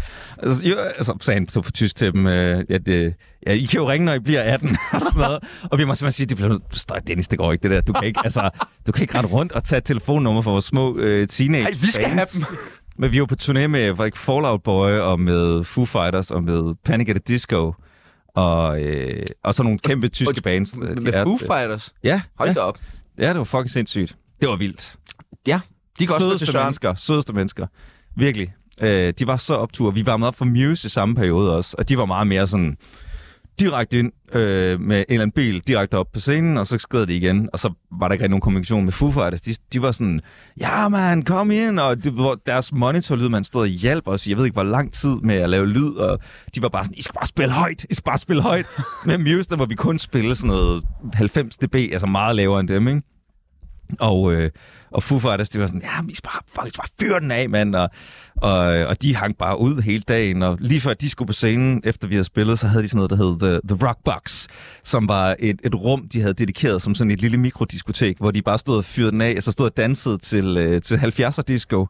Speaker 5: altså, jo, altså, sagde han så på tysk til dem, øh, at øh, ja, I kan jo ringe, når I bliver 18, og sådan noget. Og vi må simpelthen sige, det bliver nødt- støj, Dennis, det går ikke, det der. Du kan ikke, altså, du kan ikke rende rundt og tage et telefonnummer for vores små øh, teenage
Speaker 1: Ej, vi skal have
Speaker 5: fans.
Speaker 1: dem.
Speaker 5: Men vi var på turné med var ikke Fallout Boy og med Foo Fighters og med Panic at the Disco og, øh, og så nogle kæmpe tyske
Speaker 1: og-
Speaker 5: bands. øh, de
Speaker 1: Med
Speaker 5: er-
Speaker 1: Foo Fighters.
Speaker 5: Ja,
Speaker 1: Hold
Speaker 5: ja.
Speaker 1: da op.
Speaker 5: Ja, det var fucking sindssygt. Det var vildt.
Speaker 1: Ja, de går også ned til
Speaker 5: Sødeste
Speaker 1: Søren.
Speaker 5: mennesker. Sødeste mennesker. Virkelig. Øh, de var så optur. Vi var meget op for Muse i samme periode også, og de var meget mere sådan... direkte ind øh, med en eller anden bil direkte op på scenen, og så skred det igen. Og så var der ikke rigtig nogen kommunikation med Foo Fighters. De, de var sådan, ja man, kom ind, og det, hvor deres monitorlyd, man stod og hjalp os i, jeg ved ikke hvor lang tid med at lave lyd, og de var bare sådan, I skal bare spille højt, I skal bare spille højt. med Muse, der må vi kun spille sådan noget 90 dB, altså meget lavere end dem, ikke? Og, øh, og Foo Fighters, det var sådan, ja, vi skal bare, fuck, vi skal bare fyre den af, mand. Og, og, og de hang bare ud hele dagen, og lige før de skulle på scenen, efter vi havde spillet, så havde de sådan noget, der hed The, The Rock Box, som var et, et rum, de havde dedikeret som sådan et lille mikrodiskotek, hvor de bare stod og fyrede den af, og så stod og dansede til, øh, til 70'er disco.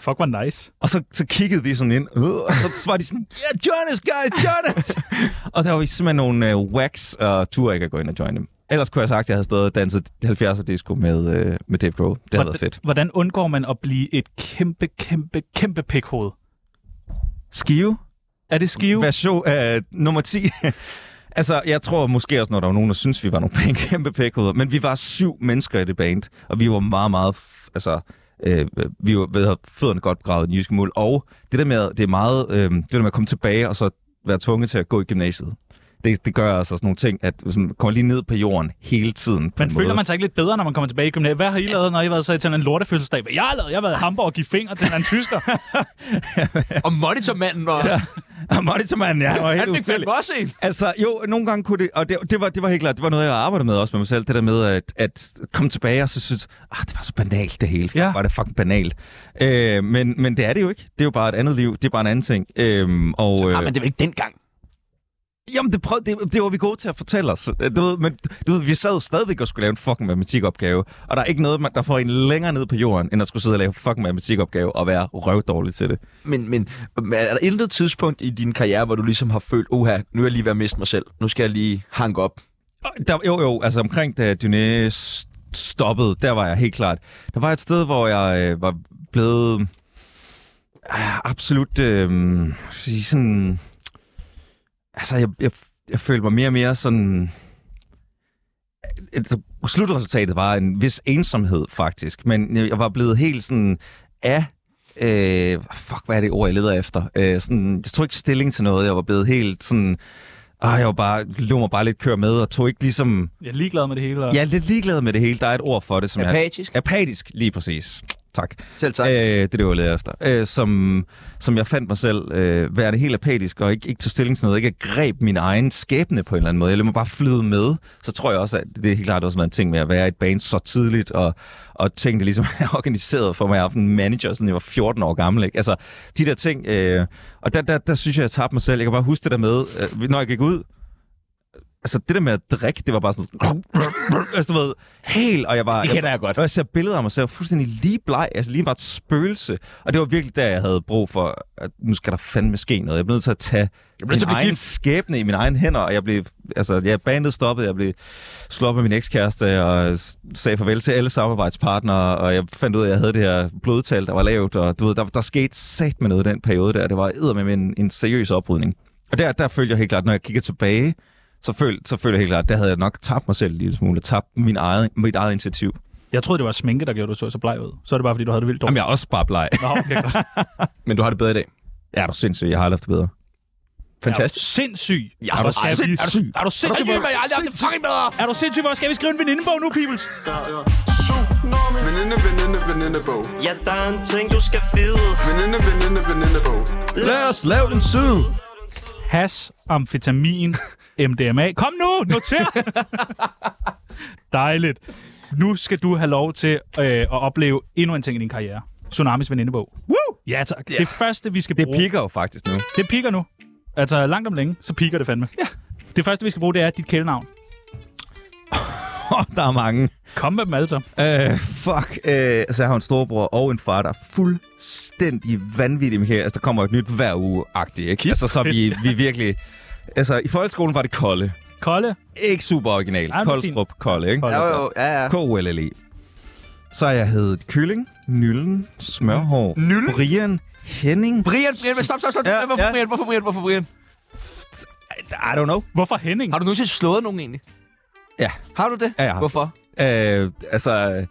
Speaker 3: Fuck, hvor nice.
Speaker 5: Og så, så kiggede vi sådan ind, øh, og så, så var de sådan, yeah, join us, guys, join us! og der var simpelthen nogle øh, wax, og turde ikke at gå ind og join dem. Ellers kunne jeg have sagt, at jeg havde stået og danset 70'er disco med, øh, med Dave Grohl. Det havde været fedt.
Speaker 3: Hvordan undgår man at blive et kæmpe, kæmpe, kæmpe pikhoved?
Speaker 5: Skive?
Speaker 3: Er det skive?
Speaker 5: Version, øh, nummer 10. altså, jeg tror måske også, når der var nogen, der synes vi var nogle pæ- kæmpe pækhoveder, men vi var syv mennesker i det band, og vi var meget, meget... F- altså, øh, vi var ved at have fødderne godt begravet i den jyske mål, og det der med, at- det er meget, øh, det der med at komme tilbage og så være tvunget til at gå i gymnasiet. Det, det gør altså sådan nogle ting, at hvis man kommer lige ned på jorden hele tiden. på
Speaker 3: Men
Speaker 5: en
Speaker 3: føler
Speaker 5: måde.
Speaker 3: man sig ikke lidt bedre, når man kommer tilbage i gymnasiet? Hvad har I lavet, når I har været så til en lortefødselsdag? Hvad jeg har lavet? Jeg har været i Hamburg og give fingre til en eller anden tysker.
Speaker 1: Og monitormanden, og ja,
Speaker 5: Ah, Monitormanden, ja. Han, var helt
Speaker 1: han fik
Speaker 5: ustyrlig.
Speaker 1: fandme også en.
Speaker 5: Altså, jo, nogle gange kunne det, og det, det, var, det var helt klart, det var noget, jeg arbejdede med også med mig selv, det der med at, at komme tilbage og så synes, ah, det var så banalt det hele, Fuck,
Speaker 3: Ja.
Speaker 5: ja. var det fucking banalt. Øh, men, men det er det jo ikke, det er jo bare et andet liv, det er bare en anden ting. Øh, og, øh,
Speaker 1: Ah, men det var ikke dengang.
Speaker 5: Jamen, det, prøv, det, det var vi gode til at fortælle os. Øh, Du ved, men du ved, vi sad jo stadigvæk og skulle lave en fucking matematikopgave, og der er ikke noget, man, der får en længere ned på jorden, end at skulle sidde og lave en fucking matematikopgave og være røvdårlig til det.
Speaker 1: Men, men, men er der intet tidspunkt i din karriere, hvor du ligesom har følt, oha, nu er jeg lige ved at miste mig selv. Nu skal jeg lige hanke op.
Speaker 5: Der, jo, jo, altså omkring da Dune st- stoppede, der var jeg helt klart. Der var et sted, hvor jeg øh, var blevet øh, absolut øh, hvad skal jeg sige, sådan... Altså, jeg, jeg, jeg følte mig mere og mere sådan... Et, slutresultatet var en vis ensomhed, faktisk. Men jeg, jeg var blevet helt sådan af... Øh, fuck, hvad er det ord, jeg leder efter? Øh, sådan, jeg tog ikke stilling til noget. Jeg var blevet helt sådan... Ah, jeg var bare, lå mig bare lidt køre med, og tog ikke ligesom...
Speaker 3: Jeg er ligeglad med det hele. Og...
Speaker 5: Jeg er lidt ligeglad med det hele. Der er et ord for det, som jeg...
Speaker 1: Apatisk.
Speaker 5: Apatisk, lige præcis. Tak.
Speaker 1: Selv tak.
Speaker 5: Øh, det er det, jeg leder efter. Øh, som, som jeg fandt mig selv øh, værende helt apatisk, og ikke, ikke tog stilling til noget, ikke greb min egen skæbne på en eller anden måde. Jeg lader mig bare flyde med. Så tror jeg også, at det er helt klart også været en ting med at være i et band så tidligt, og, og ting, der ligesom er organiseret for mig. Jeg har haft en manager, siden jeg var 14 år gammel. Ikke? Altså, de der ting... Øh, og der, der, der synes jeg, jeg tabte mig selv. Jeg kan bare huske det der med, øh, når jeg gik ud, altså det der med at drikke, det var bare sådan, altså du ved, helt, og jeg var, det kender jeg godt. Og jeg ser billeder af mig selv, fuldstændig lige bleg, altså lige bare et spøgelse, og det var virkelig der, jeg havde brug for, at nu skal der fandme ske noget, jeg blev nødt til at tage min
Speaker 1: til at blive
Speaker 5: egen
Speaker 1: gift.
Speaker 5: skæbne i mine egne hænder, og jeg blev, altså jeg bandet stoppede, jeg blev slået op med min ekskæreste, og s- sagde farvel til alle samarbejdspartnere, og jeg fandt ud af, at jeg havde det her blodtal, der var lavt, og du ved, der, der skete sat med noget i den periode der, det var med en, en seriøs oprydning. Og der, der følte jeg helt klart, når jeg kigger tilbage, så føl, så føler jeg helt klart, at der havde jeg nok tabt mig selv en lille smule, tabt min eget, mit eget initiativ.
Speaker 3: Jeg troede, det var sminke, der gjorde, at du så så bleg ud. Så er det bare, fordi du havde det vildt
Speaker 5: Jamen,
Speaker 3: dårligt.
Speaker 5: jeg er også bare bleg.
Speaker 3: Nå, okay, godt.
Speaker 1: Men du har det bedre i dag.
Speaker 5: Ja, er du sindssyg, jeg har aldrig haft det bedre.
Speaker 1: Fantastisk.
Speaker 3: Er du sindssyg? Ja,
Speaker 1: er du
Speaker 3: Er du, er du sindssyg?
Speaker 1: Jeg har aldrig haft det fucking bedre.
Speaker 3: Er du sindssyg? Hvor skal vi skrive en venindebog nu, Pibels?
Speaker 8: Tsunami. Veninde, veninde, veninde bog.
Speaker 9: Ja, der er en ting, du skal vide.
Speaker 8: Veninde, veninde, veninde bog.
Speaker 5: Lad os lave den syd!
Speaker 3: Has, amfetamin, MDMA. Kom nu, noter! Dejligt. Nu skal du have lov til øh, at opleve endnu en ting i din karriere. Tsunamis venindebog.
Speaker 5: Woo!
Speaker 3: Ja, tak. Yeah. Det første, vi skal
Speaker 5: Det
Speaker 3: bruge...
Speaker 5: piker jo faktisk nu.
Speaker 3: Det piker nu. Altså, langt om længe, så piker det fandme. Ja. Det første, vi skal bruge, det er dit kælenavn.
Speaker 5: Oh, der er mange.
Speaker 3: Kom med dem alle sammen.
Speaker 5: Øh, fuck. Øh, altså, jeg har en storebror og en far, der er fuldstændig vanvittig med her. Altså, der kommer et nyt hver uge-agtigt, ikke? Altså, så er vi, vi er virkelig... Altså, i folkeskolen var det kolde.
Speaker 3: Kolde.
Speaker 5: Ikke super original.
Speaker 3: Ej, men
Speaker 5: Koldstrup, kolde, ikke?
Speaker 3: Kolde.
Speaker 1: Jo, jo, ja, ja.
Speaker 5: K-O-L-L-E. E. Så har jeg heddet Kylling, Nyllen, Smørhår, Nyllen? Brian, Henning.
Speaker 1: Brian, Brian, stop, stop, stop.
Speaker 5: Ja,
Speaker 1: hvorfor,
Speaker 5: ja.
Speaker 1: Brian, hvorfor Brian, hvorfor Brian?
Speaker 5: I don't know.
Speaker 3: Hvorfor Henning?
Speaker 1: Har du nogensinde slået nogen egentlig?
Speaker 5: Ja.
Speaker 1: Har du det?
Speaker 5: Ja, jeg har.
Speaker 1: Hvorfor?
Speaker 5: Øh, altså,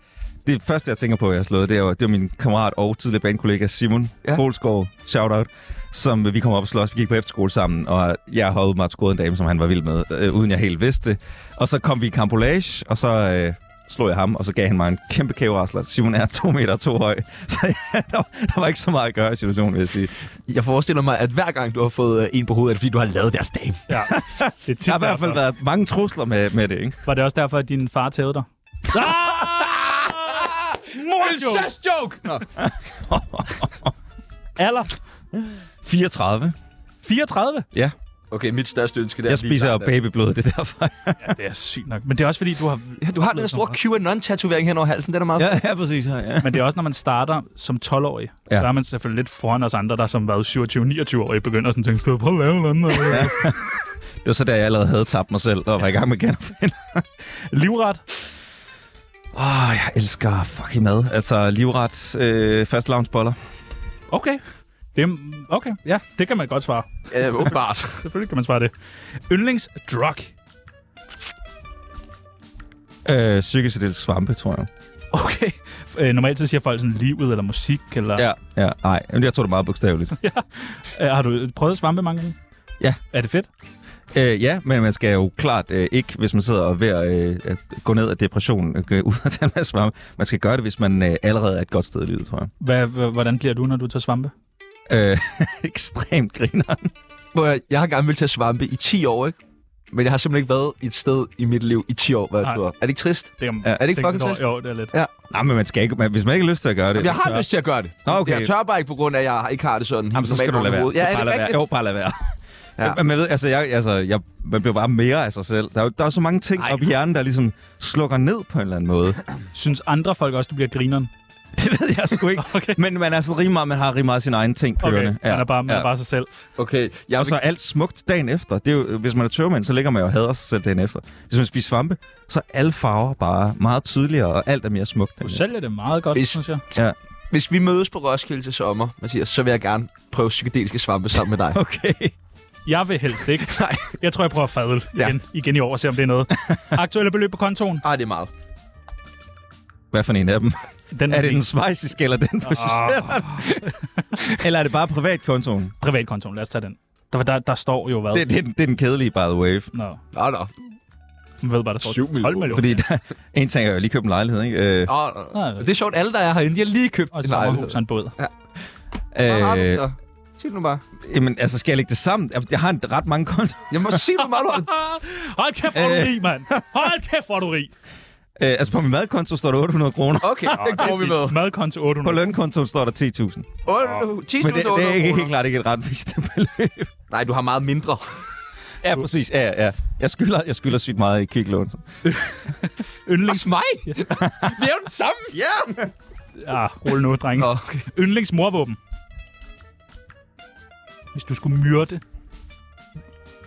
Speaker 5: det første, jeg tænker på, jeg har slået, det er, jo- det er min kammerat og tidligere bandkollega Simon ja. Polsgaard, shout-out, som øh, vi kom op og slås. Vi gik på efterskole sammen, og jeg har åbenbart skåret en dame, som han var vild med, øh, uden jeg helt vidste. det. Og så kom vi i Campolage, og så øh, slog jeg ham, og så gav han mig en kæmpe kæverasler. Simon er to meter to høj, så ja, der, var- der var ikke så meget at gøre i situationen, vil jeg sige.
Speaker 1: Jeg forestiller mig, at hver gang du har fået øh, en på hovedet, er det fordi, du har lavet deres dame.
Speaker 3: Ja. Det er tit
Speaker 5: Der har i hvert fald
Speaker 3: derfor.
Speaker 5: været mange trusler med, med det, ikke?
Speaker 3: Var det også derfor, at din far tævede dig?
Speaker 1: Incest joke! Nå.
Speaker 3: Alder?
Speaker 5: 34.
Speaker 3: 34?
Speaker 5: Ja,
Speaker 1: Okay, mit største ønske, det er...
Speaker 5: jeg
Speaker 1: at blive
Speaker 5: spiser
Speaker 1: barn, da.
Speaker 5: babyblod, det er derfor.
Speaker 3: Ja, det er sygt nok. Men det er også fordi, du har...
Speaker 1: Ja, du har den der store QAnon-tatovering hen over halsen, den er meget...
Speaker 5: ja, ja, præcis. Ja, ja.
Speaker 3: Men det er også, når man starter som 12-årig.
Speaker 5: Ja.
Speaker 3: Ja. Der er man selvfølgelig lidt foran os andre, der som været 27-29-årige, begynder sådan at tænke, "Så prøv at lave noget andet.
Speaker 5: Det var så, da jeg allerede havde tabt mig selv og var i gang med genopfind.
Speaker 3: Livret?
Speaker 5: Åh, oh, jeg elsker fucking mad. Altså livret, øh, fast lavnsboller.
Speaker 3: Okay. Det er, okay, ja, det kan man godt svare.
Speaker 1: Ja, åbenbart.
Speaker 3: Selvfølgelig kan man svare det. Yndlingsdrug?
Speaker 5: Øh, psykedelisk svampe, tror jeg.
Speaker 3: Okay. Øh, normalt så siger folk sådan livet eller musik, eller...
Speaker 5: Ja. Ja, nej. Jamen, jeg tog det meget bogstaveligt.
Speaker 3: Øh, har du prøvet svampe mange gange?
Speaker 5: Ja.
Speaker 3: Er det fedt?
Speaker 5: øh, ja, men man skal jo klart øh, ikke, hvis man sidder og er ved at, øh, at gå ned af depression, øh, gå ud og tage en masse svampe. Man skal gøre det, hvis man øh, allerede er et godt sted i livet, tror jeg.
Speaker 3: Hvad, h- hvordan bliver du, når du tager svampe?
Speaker 5: Øh, ekstremt griner.
Speaker 1: Hvor jeg, jeg har gerne vil tage svampe i 10 år, ikke? Men jeg har simpelthen ikke været et sted i mit liv i 10 år, hvad jeg
Speaker 3: Nej.
Speaker 1: tror. Er det ikke trist?
Speaker 3: Det kan man
Speaker 5: Ja.
Speaker 1: Er det ikke
Speaker 3: tænke
Speaker 1: fucking
Speaker 3: lidt
Speaker 1: trist?
Speaker 3: over. Jo, det er lidt.
Speaker 5: Nej, men man skal ikke, man, hvis man ikke har lyst til at gøre det.
Speaker 1: Jamen, jeg har lyst til at gøre det.
Speaker 5: Nå, okay.
Speaker 1: Jeg tør bare ikke på grund af, at jeg ikke har det sådan. helt
Speaker 5: Jamen, så skal
Speaker 1: normalt
Speaker 5: du lade være.
Speaker 1: overhovedet. Ja,
Speaker 5: Så
Speaker 1: er det
Speaker 5: bare lade
Speaker 1: rigtigt?
Speaker 5: være. Jo, bare lade være.
Speaker 1: Ja.
Speaker 5: Ja. Men man ved, altså, jeg, altså jeg, man bliver bare mere af sig selv. Der er, jo- der er jo så mange ting
Speaker 3: Ej.
Speaker 5: Ej. op i hjernen, der ligesom slukker ned på en eller anden måde.
Speaker 3: Synes andre folk også, du bliver grineren?
Speaker 5: Det ved jeg sgu ikke.
Speaker 3: Okay.
Speaker 5: Men man er sådan rimelig meget, man har rimelig meget sine egne ting
Speaker 3: Okay,
Speaker 5: kørende.
Speaker 3: man er bare, man er bare sig selv.
Speaker 1: Okay, jeg
Speaker 5: Og
Speaker 1: vil
Speaker 5: så er alt smukt dagen efter. Det er jo, hvis man er tørmand, så ligger man jo og hader sig selv dagen efter. Hvis man spiser svampe, så er alle farver bare meget tydeligere, og alt er mere smukt. dagen
Speaker 3: Du
Speaker 5: efter.
Speaker 3: sælger det meget godt,
Speaker 1: Hvis-
Speaker 3: synes jeg.
Speaker 5: Ja.
Speaker 1: Hvis vi mødes på Roskilde til sommer, Mathias, så vil jeg gerne prøve psykedeliske svampe sammen med dig.
Speaker 5: Okay.
Speaker 3: Jeg vil helst ikke.
Speaker 1: Nej.
Speaker 3: Jeg tror, jeg prøver at fadle
Speaker 1: Ja.
Speaker 3: igen, igen i år og se, om det er noget. Aktuelle beløb på kontoen?
Speaker 1: Ej, det er meget.
Speaker 5: Hvad for en af dem?
Speaker 3: Den
Speaker 5: Er det den svejsiske eller den på Sjælland?
Speaker 3: Ah.
Speaker 5: Eller er det bare privatkontoen?
Speaker 3: privatkontoen. Lad os tage den. Der, der, der står jo hvad?
Speaker 5: Det, det, er den- det er den kedelige, by the way.
Speaker 3: Nå,
Speaker 1: Nå, nå.
Speaker 3: man ved bare, der står 12 millioner.
Speaker 5: Fordi der, en ting er jo lige købt en lejlighed, ikke? Øh,
Speaker 1: nå, nå.
Speaker 3: Nå,
Speaker 1: Det er sjovt, alle der er herinde, de har lige købt
Speaker 3: og
Speaker 1: en
Speaker 3: et
Speaker 1: lejlighed.
Speaker 3: sommerhus og en båd.
Speaker 1: Hvad har du
Speaker 5: øh,
Speaker 1: så? Sig nu bare.
Speaker 5: jamen, altså, skal jeg lægge det sammen? Jeg- Jeg har en ret mange konti.
Speaker 1: Jeg må sige, hvor meget du har.
Speaker 3: Ah, Hold kæft, hvor er du
Speaker 5: Øh.
Speaker 3: rig, mand. Hold kæft, hvor er du rig.
Speaker 5: Øh, altså, på min madkonto står der 800 kroner.
Speaker 1: Okay, den går vi med.
Speaker 3: Madkonto
Speaker 5: På
Speaker 3: 800.
Speaker 5: lønkontoen står der 10.000.
Speaker 1: 800, 10.000
Speaker 5: Men det, det er ikke,
Speaker 1: kroner.
Speaker 5: helt klart ikke et retvisende beløb.
Speaker 1: Nej, du har meget mindre.
Speaker 5: Ja, præcis. Ja, ja. Jeg skylder, jeg skylder sygt meget i kviklån.
Speaker 3: Yndlings...
Speaker 1: Hos mig? Vi er jo den samme. Ja.
Speaker 3: Ja, rul Ah, nu, drenge.
Speaker 1: Nå, okay.
Speaker 3: Yndlingsmorvåben. Hvis du skulle myrde...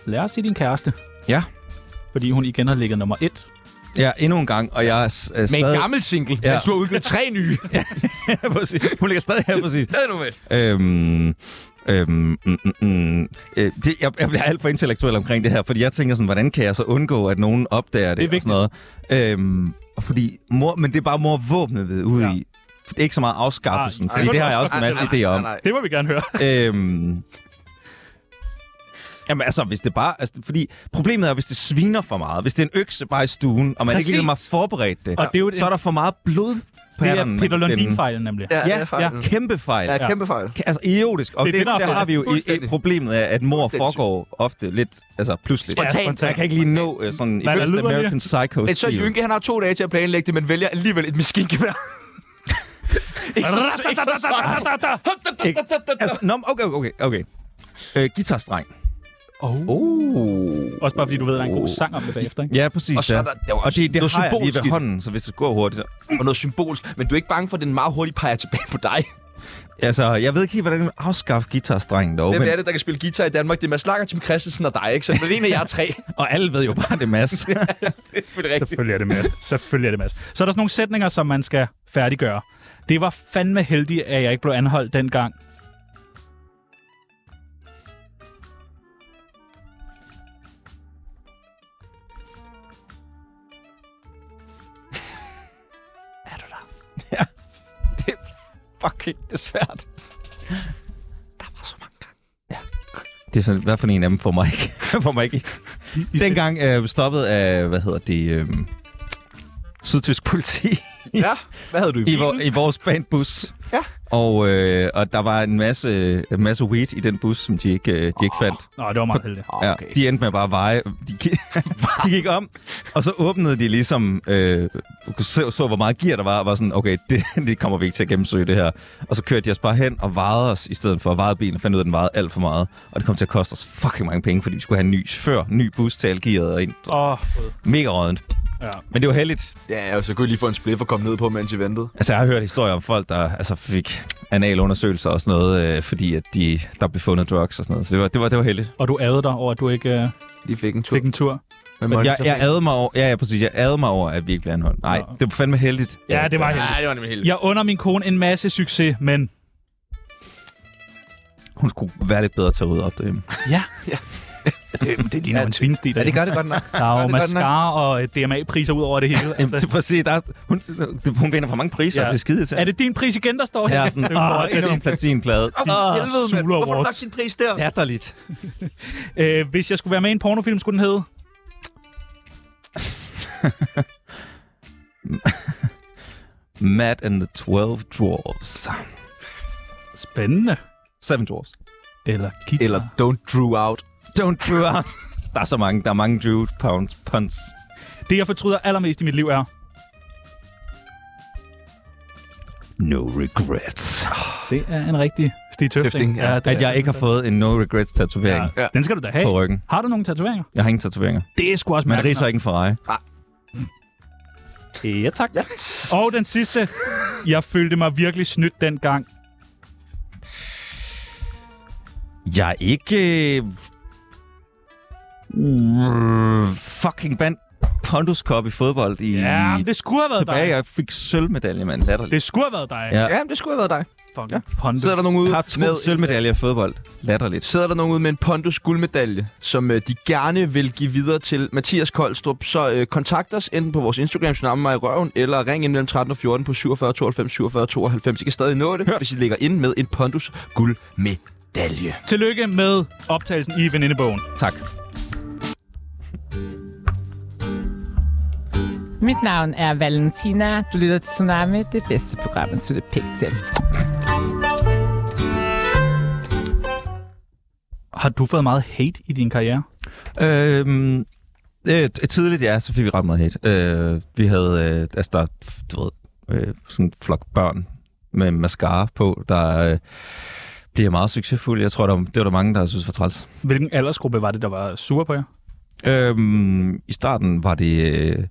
Speaker 3: Lad os sige din kæreste.
Speaker 5: Ja.
Speaker 3: Fordi hun igen har ligget nummer et.
Speaker 5: Ja, endnu en gang, og jeg er s- er
Speaker 1: Med en
Speaker 5: stadig...
Speaker 1: gammel single.
Speaker 5: Ja.
Speaker 1: Ja. Altså, du har udgivet tre nye.
Speaker 5: Ja, præcis. Hun ligger stadig her, præcis.
Speaker 1: Lad nu med.
Speaker 5: Øhm, øhm, mm, mm, mm. Øh, det, jeg, jeg bliver alt for intellektuel omkring det her, fordi jeg tænker sådan, hvordan kan jeg så undgå, at nogen opdager det?
Speaker 3: Det er vigtigt.
Speaker 5: Og sådan noget. Øhm, og fordi mor, men det er bare mor våbnet ved ude
Speaker 3: Ja.
Speaker 5: ja. i. Det er Ikke så meget afskaffelsen,
Speaker 3: Nej,
Speaker 5: fordi
Speaker 3: det kan
Speaker 5: det har
Speaker 3: du
Speaker 5: jeg
Speaker 3: også
Speaker 5: også en masse
Speaker 1: Nej, nej,
Speaker 5: idéer om.
Speaker 1: nej, nej.
Speaker 3: Det må vi gerne høre.
Speaker 5: Øhm, Jamen altså, hvis det bare... Altså, fordi problemet er, hvis det sviner for meget. Hvis det er en økse bare i stuen, og man
Speaker 3: Præcis.
Speaker 5: ikke ligesom har forberedt det,
Speaker 3: Og det er jo
Speaker 5: så er der for meget blod på
Speaker 3: Det
Speaker 5: hænderne.
Speaker 3: er Peter
Speaker 5: man kan finde.
Speaker 3: Lundin-fejlen nemlig.
Speaker 1: Ja,
Speaker 5: Ja,
Speaker 1: det er fejl.
Speaker 3: ja.
Speaker 5: Kæmpe fejl.
Speaker 1: Ja,
Speaker 5: Ja.
Speaker 1: kæmpe fejl.
Speaker 5: Altså, idiotisk. Og
Speaker 3: Det
Speaker 5: det,
Speaker 3: er det, der
Speaker 5: det,
Speaker 3: er
Speaker 5: der
Speaker 3: fejlet.
Speaker 5: har vi jo i,
Speaker 1: Fuldstændig.
Speaker 5: i problemet af, at mor
Speaker 1: Fuldstændig.
Speaker 5: foregår ofte lidt altså, pludselig.
Speaker 3: Ja, spontant.
Speaker 5: Jeg kan ikke lige nå øh, sådan i
Speaker 3: Hvad er der
Speaker 5: West
Speaker 3: lyder
Speaker 5: American Psycho
Speaker 1: Men så Jynke, han har to dage til at planlægge det, men vælger alligevel et maskingevær. ikke så, ikke så sejt.
Speaker 5: Altså, nå, men okay, okay, okay. Øh, guitarstreng.
Speaker 3: Oh.
Speaker 5: Uh.
Speaker 3: Også bare fordi du ved, at der er en god sang om det bagefter, ikke?
Speaker 5: Ja, præcis.
Speaker 1: Og så er
Speaker 5: ja.
Speaker 1: der- der var
Speaker 5: og det, det
Speaker 1: noget
Speaker 5: har jeg lige
Speaker 1: symbolsk i
Speaker 5: ved
Speaker 1: det.
Speaker 5: hånden, så hvis det går hurtigt, så
Speaker 1: Og noget symbolsk. Men du er ikke bange for, at den meget hurtigt peger tilbage på dig.
Speaker 5: Altså, jeg ved ikke helt, hvordan man afskaffer guitarstrengen dog,
Speaker 1: Hvem
Speaker 5: men,
Speaker 1: er det, der kan spille guitar i Danmark? Det er Mads Langer, Tim Christensen og dig, ikke? Så det er en af jer tre.
Speaker 5: og alle ved jo bare, det er Mads.
Speaker 1: Det er rigtigt.
Speaker 3: Selvfølgelig er det Mads. Selvfølgelig er det Mads. Så er der sådan nogle sætninger, som man skal færdiggøre. Det var fandme heldig, at jeg ikke blev anholdt dengang. Er du der?
Speaker 5: fucking det er svært. Der var så mange gange. Ja. Det er sådan, hvad for en af dem får mig ikke? får mig ikke. i. Dengang øh, stoppet af, hvad hedder det, øh, sydtysk politi
Speaker 1: Ja, hvad havde du i
Speaker 5: i,
Speaker 1: bilen?
Speaker 5: vor, i vores bandbus.
Speaker 1: Ja.
Speaker 5: Og, øh, og der var en masse, en masse weed i den bus, som de ikke, øh, de ikke fandt.
Speaker 3: Nå, det var meget heldigt.
Speaker 1: Ah,
Speaker 5: Ja, de endte med bare at veje. De, gik- de gik om, og så åbnede de ligesom, øh, så, så, hvor meget gear der var, og var sådan, okay, det, det kommer vi ikke til at gennemsøge det her. Og så kørte de os bare hen og vejede os, i stedet for at veje bilen, og fandt ud af, at den vejede alt for meget. Og det kom til at koste os fucking mange penge, fordi vi skulle have en ny før, ny bus til algeret og en
Speaker 3: Åh, oh,
Speaker 5: mega rådent.
Speaker 3: Ja.
Speaker 5: Men det var heldigt.
Speaker 1: Ja, og så kunne I lige få en split for at komme ned på, mens I ventede.
Speaker 5: Altså, jeg har hørt historier om folk, der altså, fik analundersøgelser og sådan noget, øh, fordi at de, der blev fundet drugs og sådan noget. Så det var, det var, det var heldigt.
Speaker 3: og du ærede dig over, at du ikke øh,
Speaker 1: De fik en tur.
Speaker 3: fik en tur.
Speaker 1: Med
Speaker 5: Men jeg,
Speaker 1: monitor.
Speaker 5: jeg adede mig over, ja, ja, præcis, jeg adede mig over, at vi ikke blev anholdt. Nej,
Speaker 3: Nå.
Speaker 5: det var fandme heldigt. øh,
Speaker 3: Ja, det var heldigt.
Speaker 1: Ja, det var nemlig helt.
Speaker 3: Jeg under min kone en masse succes, men
Speaker 5: Hun skulle være lidt bedre til at rydde op derhjemme.
Speaker 3: ja. Øh, men det ligner jo en svinesti
Speaker 1: Ja,
Speaker 3: derinde.
Speaker 1: det gør det godt nok.
Speaker 3: Der er jo
Speaker 1: det godt
Speaker 3: mascara og øh, DMA-priser ud over det hele.
Speaker 5: Jamen, det
Speaker 3: Altså,
Speaker 5: er præcis, der er, hun, hun vinder for mange priser,
Speaker 3: Ja.
Speaker 5: ja. det er skide til.
Speaker 3: er det din pris igen, der står her?
Speaker 5: Ja, sådan, åh, endnu en platinplade. Åh,
Speaker 1: Helvede, mand.
Speaker 3: Sula
Speaker 1: Hvorfor har du lagt
Speaker 3: Awards.
Speaker 1: sin pris der?
Speaker 5: latterligt.
Speaker 3: Øh, hvis jeg skulle være med i en pornofilm, skulle den hedde?
Speaker 5: Matt and the 12 Dwarfs.
Speaker 3: Spændende.
Speaker 5: Seven Dwarfs.
Speaker 3: Eller guitar.
Speaker 1: Eller don't drew out.
Speaker 5: Don't drew out. Der er så mange, der er mange drew pounds, puns.
Speaker 3: Det, jeg fortryder allermest i mit liv, er...
Speaker 5: No regrets.
Speaker 3: Ah, Det er en rigtig Stig Tøfting.
Speaker 1: Tøfting, ja.
Speaker 3: det
Speaker 5: At jeg ikke har fået en no regrets tatovering
Speaker 3: Ja. Den skal du da have.
Speaker 5: på ryggen.
Speaker 3: Har du nogle tatoveringer?
Speaker 5: Jeg har ingen tatoveringer.
Speaker 3: Det er sgu også
Speaker 5: Man
Speaker 3: mærkeligt.
Speaker 5: riser ikke en Ferrari.
Speaker 3: Ja, tak. Yes. Og den sidste. Jeg følte mig virkelig snydt dengang.
Speaker 5: Jeg er ikke... Øh, uh, fucking vandt Pondus Cup i fodbold i...
Speaker 3: Ja, men det skulle have været
Speaker 5: tilbage.
Speaker 3: dig.
Speaker 5: Jeg fik sølvmedalje, mand. Latterligt.
Speaker 3: Det skulle have været dig.
Speaker 5: Ja.
Speaker 1: Ja, men det skulle have været dig.
Speaker 3: Fuck. Pondus.
Speaker 1: Sidder der nogen ude
Speaker 5: Jeg har to
Speaker 1: med
Speaker 5: sølvmedaljer i fodbold. Latterligt.
Speaker 1: Sidder der nogen ude med en Pondus guldmedalje, som øh, de gerne vil give videre til Mathias Koldstrup, så øh, kontakt os enten på vores Instagram, Tsunami mig i røven, eller ring ind mellem 13 og 14 på 47 92 47 92. I kan stadig nå det, hvis I ligger ind med en Pondus guldmedalje.
Speaker 3: Tillykke med optagelsen i Venindebogen.
Speaker 5: Tak.
Speaker 10: Mit navn er Valentina. Du lytter til Tsunami, det bedste program, at slutte pænt til.
Speaker 3: Har du fået meget hate i din karriere?
Speaker 5: Øhm, øh, t- tidligt, ja, så fik vi ret meget hate. Øh, vi havde, øh, altså der, er, du ved, øh, sådan en flok børn med mascara på, der øh, bliver meget succesfulde. Jeg tror, der, det var der mange, der synes var træls.
Speaker 3: Hvilken aldersgruppe var det, der var sur på jer?
Speaker 5: Øhm, I starten var det øh,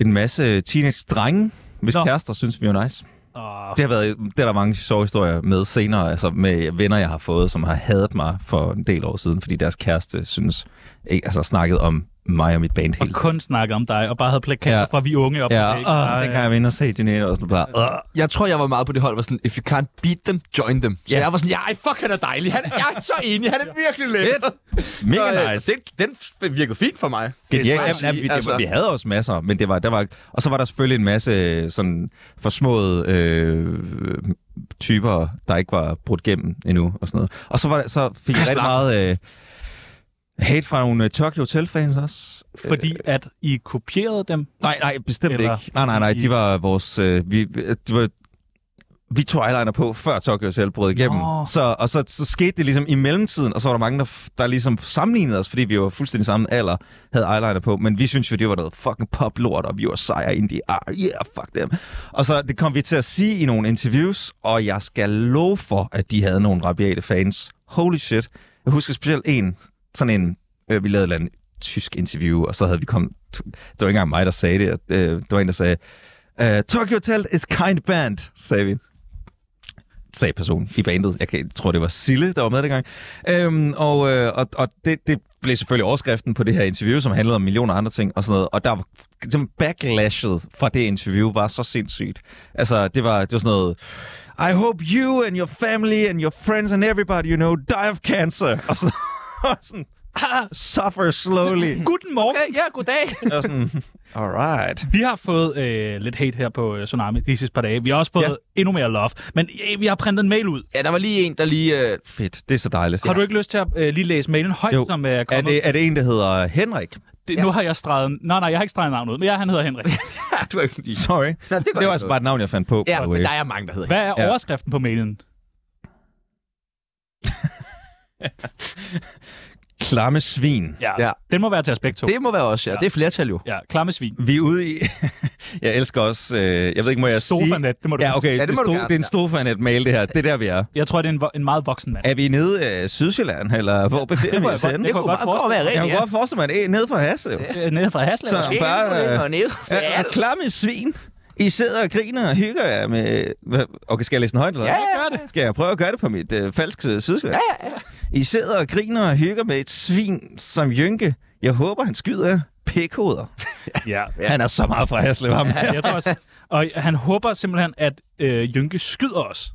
Speaker 5: en masse teenage-drenge, hvis
Speaker 3: Nå.
Speaker 5: Nå. kærester synes, vi var nice.
Speaker 3: Og
Speaker 5: Det har været, det er der mange sjove historier med senere, altså med venner, jeg har fået, som har hadet mig for en del år siden, fordi deres kæreste synes, ikke, altså snakket om mig og mit band
Speaker 3: og
Speaker 5: hele
Speaker 3: kun snakkede om dig, og bare havde plakater ja.
Speaker 5: Ja.
Speaker 3: fra vi unge op.
Speaker 5: Ja,
Speaker 3: på væggen.
Speaker 5: åh,
Speaker 3: Og,
Speaker 5: dengang jeg var inde og se Juliette, og sådan bare, åh,
Speaker 1: Jeg tror, jeg var meget på det hold, var sådan, if you can't beat them, join them. Så
Speaker 5: Ja.
Speaker 1: jeg var sådan, ja, ej, fuck, han er dejlig. Han er, jeg er så enig, han er virkelig lækker. Så, øh,
Speaker 5: mega nice.
Speaker 1: Den, den virkede fint for mig.
Speaker 5: Genialt.
Speaker 3: Det
Speaker 5: Ja,
Speaker 3: skal
Speaker 1: jeg
Speaker 5: ja,
Speaker 1: sige,
Speaker 5: vi, det,
Speaker 1: altså.
Speaker 5: var- vi havde også masser, men det var, der var, og så var der selvfølgelig en masse øh, sådan forsmået øh, typer, der ikke var brudt igennem endnu og sådan noget. Og så, var, der- så fik jeg rigtig
Speaker 1: Slap.
Speaker 5: meget øh, hate fra nogle øh, Tokyo Hotel-fans også. Øh,
Speaker 3: Fordi at I kopierede dem.
Speaker 5: Nej, nej, bestemt
Speaker 3: Eller-
Speaker 5: Eller... ikke. Nej, nej, nej, de var vores... Øh, vi, øh, de var, vi tog eyeliner på, før Tokyo Hotel brød igennem.
Speaker 3: Nå.
Speaker 5: Så, og så, så skete det ligesom i mellemtiden, og så var der mange, der, f- der ligesom sammenlignede os, fordi vi var fuldstændig samme alder, havde eyeliner på, men vi synes jo, det var noget fucking poplort, og vi var sejre indie. Ah, yeah, fuck dem. Og så det kom vi til at sige i nogle interviews, og jeg skal love for, at de havde nogle rabiate fans. Holy shit. Jeg husker specielt en, sådan en, øh, vi lavede et eller andet tysk interview, og så havde vi kommet, det var ikke engang mig, der sagde det, øh, det var en, der sagde, øh, Tokyo Hotel is kind band, sagde vi sagde personen i bandet. Jeg, kan, jeg tror, det var Sille, der var med dengang. Øhm, og øh, og, og det, det blev selvfølgelig overskriften på det her interview, som handlede om millioner andre ting og sådan noget. Og der var som backlashet fra det interview var så sindssygt. Altså, det var, det var sådan noget... I hope you and your family and your friends and everybody you know die of cancer. Og sådan, og sådan ah, suffer slowly.
Speaker 3: Guten morgen.
Speaker 1: Ja, goddag.
Speaker 5: Og sådan, Alright.
Speaker 3: Vi har fået øh, lidt hate her på øh, Tsunami de sidste par dage. Vi har også fået
Speaker 5: Ja.
Speaker 3: ja. endnu mere love. Men øh, vi har printet en mail ud.
Speaker 1: Ja, der var lige en, der lige... Øh,
Speaker 5: Fedt, det er så dejligt.
Speaker 3: Har du ikke lyst til at øh, lige læse mailen højt,
Speaker 5: Jo.
Speaker 3: som øh, er
Speaker 5: er
Speaker 3: kommet?
Speaker 5: det, er det en, der hedder Henrik?
Speaker 3: det, ja. Nu har jeg streget... Nej, nej, jeg har ikke streget navnet ud, men jeg, han hedder Henrik.
Speaker 1: du er ikke lige...
Speaker 5: Sorry.
Speaker 1: Nå, det,
Speaker 5: Det var altså bare et navn, jeg fandt på. øh,
Speaker 1: Ja,
Speaker 5: by the
Speaker 1: men
Speaker 5: way.
Speaker 1: der er mange, der hedder
Speaker 3: Hvad er
Speaker 5: Ja.
Speaker 3: overskriften på mailen?
Speaker 5: Klamme svin.
Speaker 3: Ja.
Speaker 1: Ja.
Speaker 3: ja. Den må være til aspekt 2.
Speaker 1: Det må være også, ja.
Speaker 3: Ja.
Speaker 1: Det er flertal jo.
Speaker 3: Ja, klamme svin.
Speaker 5: Vi er ude i... jeg elsker også... Øh, jeg ved ikke, må jeg sige...
Speaker 3: Sofanet, det må du
Speaker 5: Ja, okay.
Speaker 1: Ja, det
Speaker 5: det,
Speaker 1: må du
Speaker 5: sto-
Speaker 1: gerne,
Speaker 5: det er en
Speaker 1: ja.
Speaker 5: stofanet-mail, det her. Det er der, vi er.
Speaker 3: Jeg tror, det er en, vo- en meget voksen mand.
Speaker 5: Er vi nede i øh, Sydsjælland, eller hvor befinder
Speaker 3: det
Speaker 5: vi
Speaker 3: kunne
Speaker 5: os
Speaker 3: jeg godt-
Speaker 5: henne?
Speaker 3: det kunne jeg godt forestille
Speaker 1: være
Speaker 5: Jeg
Speaker 1: rigtigt,
Speaker 5: kunne
Speaker 1: ja.
Speaker 5: godt forestille mig, at øh, nede fra Haslev. Ja.
Speaker 3: Øh, Nede fra Hasle.
Speaker 5: Så
Speaker 3: måske.
Speaker 5: bare...
Speaker 1: Ind på det
Speaker 5: Øh,
Speaker 1: og ned.
Speaker 5: er, er klamme svin. I sidder og griner og hygger jer med... Hvad? Okay, skal jeg læse den højt, eller hvad?
Speaker 1: Ja, ja,
Speaker 3: Gør det.
Speaker 5: Skal jeg prøve at gøre det på mit øh, falske øh, sydsjælland? Ja, ja, ja. I sidder og griner og hygger med et svin som Jynke. Jeg håber, han skyder jer. pikhoveder.
Speaker 3: Ja.
Speaker 5: Ja. Han er så meget fra Haslev, ham. Ja.
Speaker 3: Jeg tror også. Og han håber simpelthen, at øh, Jynke skyder os.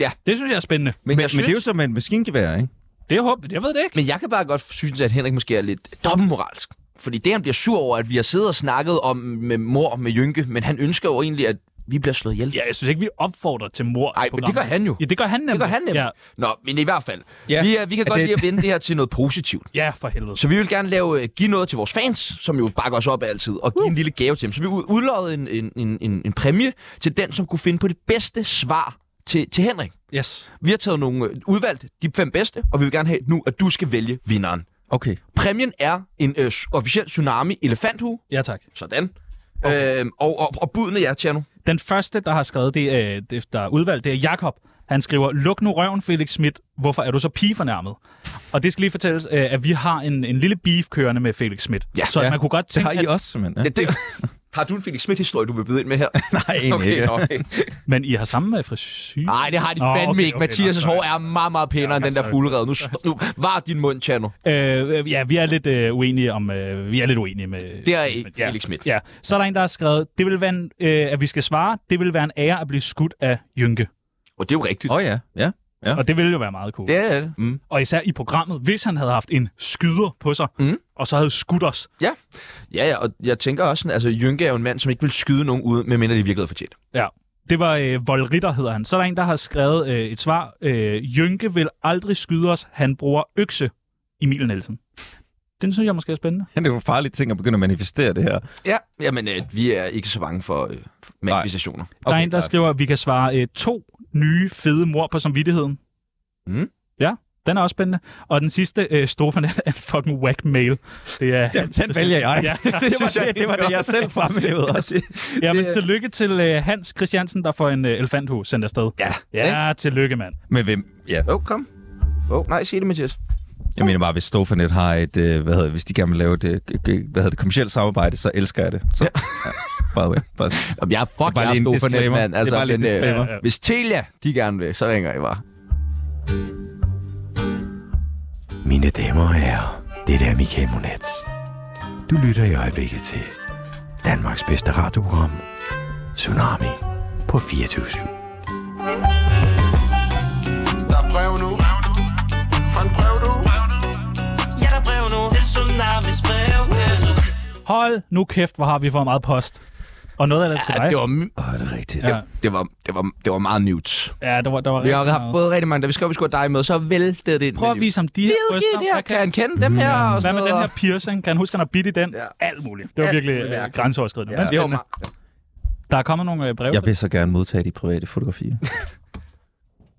Speaker 1: Ja.
Speaker 3: Det synes jeg er spændende.
Speaker 5: Men, men,
Speaker 1: jeg
Speaker 5: men det er jo
Speaker 1: synes-
Speaker 5: som et maskingevær, ikke?
Speaker 3: Det håber jeg ved det ikke.
Speaker 1: Men jeg kan bare godt synes, at Henrik måske er lidt dobbeltmoralsk. Fordi det, han bliver sur over, at vi har siddet og snakket om med mor med Jynke, men han ønsker jo egentlig, at vi bliver slået ihjel.
Speaker 3: Ja, jeg synes ikke, vi opfordrer til mor.
Speaker 1: Nej, men det gør han jo.
Speaker 3: Ja, det gør han nemlig.
Speaker 1: Det gør han nemlig.
Speaker 3: Ja,
Speaker 1: Ja. Nå, men i hvert fald.
Speaker 5: Ja.
Speaker 1: Ja. Vi, øh, vi kan
Speaker 5: Er
Speaker 1: godt
Speaker 5: det-
Speaker 1: lide at vende det her til noget positivt.
Speaker 3: ja for helvede.
Speaker 1: Så vi vil gerne lave, øh, give noget til vores fans, som jo bakker os op altid, og give en lille gave til dem. Så vi ud- udlodder en, en, en, en, en præmie til den, som kunne finde på det bedste svar til, til Henrik.
Speaker 3: Yes.
Speaker 1: Vi har taget nogle øh, udvalgt, de fem bedste, og vi vil gerne have nu, at du skal vælge vinderen.
Speaker 5: Okay.
Speaker 1: Præmien er en øh, s- officiel Tsunami elefanthue.
Speaker 3: Ja, tak.
Speaker 1: Sådan. Okay. Øhm, og, og, og budene er, Tjerno.
Speaker 3: Den første, der har skrevet det, øh, det der er udvalgt, det er Jakob. Han skriver, luk nu røven, Felix Schmidt. Hvorfor er du så pigefornærmet? Og det skal lige fortælles, øh, at vi har en, en lille beef kørende med Felix Schmidt.
Speaker 1: Ja.
Speaker 3: så
Speaker 5: Ja.
Speaker 3: man kunne godt
Speaker 5: Det
Speaker 3: tænke,
Speaker 5: har I
Speaker 3: at,
Speaker 5: også, simpelthen. Ja.
Speaker 1: Ja, det, har du en Felix Schmidt-historie, du vil byde ind med her?
Speaker 5: Nej, egentlig ikke.
Speaker 1: okay, okay.
Speaker 3: men I har samme frisyr.
Speaker 1: Nej, det har de
Speaker 3: Nå,
Speaker 1: fandme
Speaker 3: okay,
Speaker 1: okay, ikke.
Speaker 3: okay,
Speaker 1: Mathias'
Speaker 3: nå,
Speaker 1: hår er meget, meget pænere ja, end den der fuldred. Nu, nu var din mund, Tjerno.
Speaker 3: Øh, øh, ja, vi er lidt øh, uenige om, øh, vi er lidt uenige med det
Speaker 1: er ikke Felix Schmidt.
Speaker 3: Ja. ja. Så er der en, der har skrevet, det vil være en, øh, at vi skal svare, det vil være en ære at blive skudt af Jynke.
Speaker 1: Og det er jo rigtigt.
Speaker 5: Åh oh, ja, ja.
Speaker 3: Og det ville jo være meget cool.
Speaker 1: Det er det.
Speaker 3: Og især i programmet, hvis han havde haft en skyder på sig,
Speaker 1: Mm.
Speaker 3: og så havde skudt os.
Speaker 1: Ja. ja, ja, og jeg tænker også, sådan, altså Jynke er jo en mand, som ikke vil skyde nogen ud, medmindre de virkelig havde fortjent.
Speaker 3: Ja. Det var øh, Vold Ritter, hedder han. Så er der en, der har skrevet øh, et svar. Øh, Jynke vil aldrig skyde os, han bruger økse. Emil Nielsen. Den synes jeg måske er spændende.
Speaker 5: Det er jo farlige ting at begynde at manifestere det her.
Speaker 1: Ja, jamen, øh, vi er ikke så bange for øh, manifestationer.
Speaker 3: Okay, der er en, der
Speaker 5: klart.
Speaker 3: skriver, at vi kan svare øh, to nye fede mor på samvittigheden.
Speaker 1: Mm.
Speaker 3: Ja, den er også spændende. Og den sidste, øh, Stofanet, er en fucking whack mail. Det er,
Speaker 5: Jamen, den vælger jeg.
Speaker 3: Ja,
Speaker 5: det, det, var, det, det var det, jeg selv fremhævede også.
Speaker 3: ja, men tillykke til øh, Hans Christiansen, der får en øh, elefanthue sendt afsted.
Speaker 1: Ja.
Speaker 3: Ja, tillykke, mand.
Speaker 5: Men hvem? Ja,
Speaker 1: Åh, oh, kom. Åh, oh, nej, sig det, Mathias.
Speaker 5: jeg mener bare, hvis Stofanet har et, øh, hvad hedder, hvis de gerne vil lave et, øh, hvad hedder det, kommersielt samarbejde, så elsker jeg det. Så, ja. by the way. Bare,
Speaker 1: Jamen, jeg er fuck,
Speaker 5: bare
Speaker 1: jeg er
Speaker 5: lige en
Speaker 1: stor for net,
Speaker 5: disclaimer.
Speaker 1: mand.
Speaker 5: Det er
Speaker 1: Altså,
Speaker 5: bare lige en
Speaker 1: den, øh,
Speaker 5: disclaimer.
Speaker 3: Ja, ja.
Speaker 1: Hvis Telia, de gerne vil, så ringer jeg bare.
Speaker 11: Mine damer og herrer, det er Michael Monats. Du lytter i øjeblikket til Danmarks bedste radioprogram, Tsunami på 24
Speaker 8: Der er brev nu Fra en brev du
Speaker 9: Ja, der er brev nu til Tsunamis brevkasse.
Speaker 3: Hold nu kæft, hvor har vi for meget post. Og noget af det til
Speaker 1: Ja,
Speaker 3: dig.
Speaker 1: det var, m-
Speaker 5: Åh, det er rigtigt.
Speaker 3: ja,
Speaker 1: det var, det var, det var meget nyt.
Speaker 3: ja, der var, der var
Speaker 1: Vi
Speaker 3: rigtig
Speaker 1: har
Speaker 3: meget.
Speaker 1: haft fået rigtig mange, da vi skrev, at vi skulle have dig med, så væltede det ind.
Speaker 3: Prøv
Speaker 1: med
Speaker 3: at vise ham de her
Speaker 1: liv.
Speaker 3: bryster.
Speaker 1: Giv det her.
Speaker 3: Hvad
Speaker 1: Kan han kende dem her? Og
Speaker 3: Hvad
Speaker 1: sådan
Speaker 3: med den her
Speaker 1: noget.
Speaker 3: piercing? Kan han huske, han har bidt i den?
Speaker 1: Ja.
Speaker 3: Alt muligt. Det var
Speaker 1: Alt
Speaker 3: virkelig
Speaker 1: muligt,
Speaker 3: øh,
Speaker 1: ja.
Speaker 3: grænseoverskridende.
Speaker 1: Ja,
Speaker 3: Men
Speaker 1: det var
Speaker 3: spændende.
Speaker 1: meget.
Speaker 3: Der er kommet nogle øh, breve.
Speaker 5: Jeg vil så gerne modtage de private fotografier.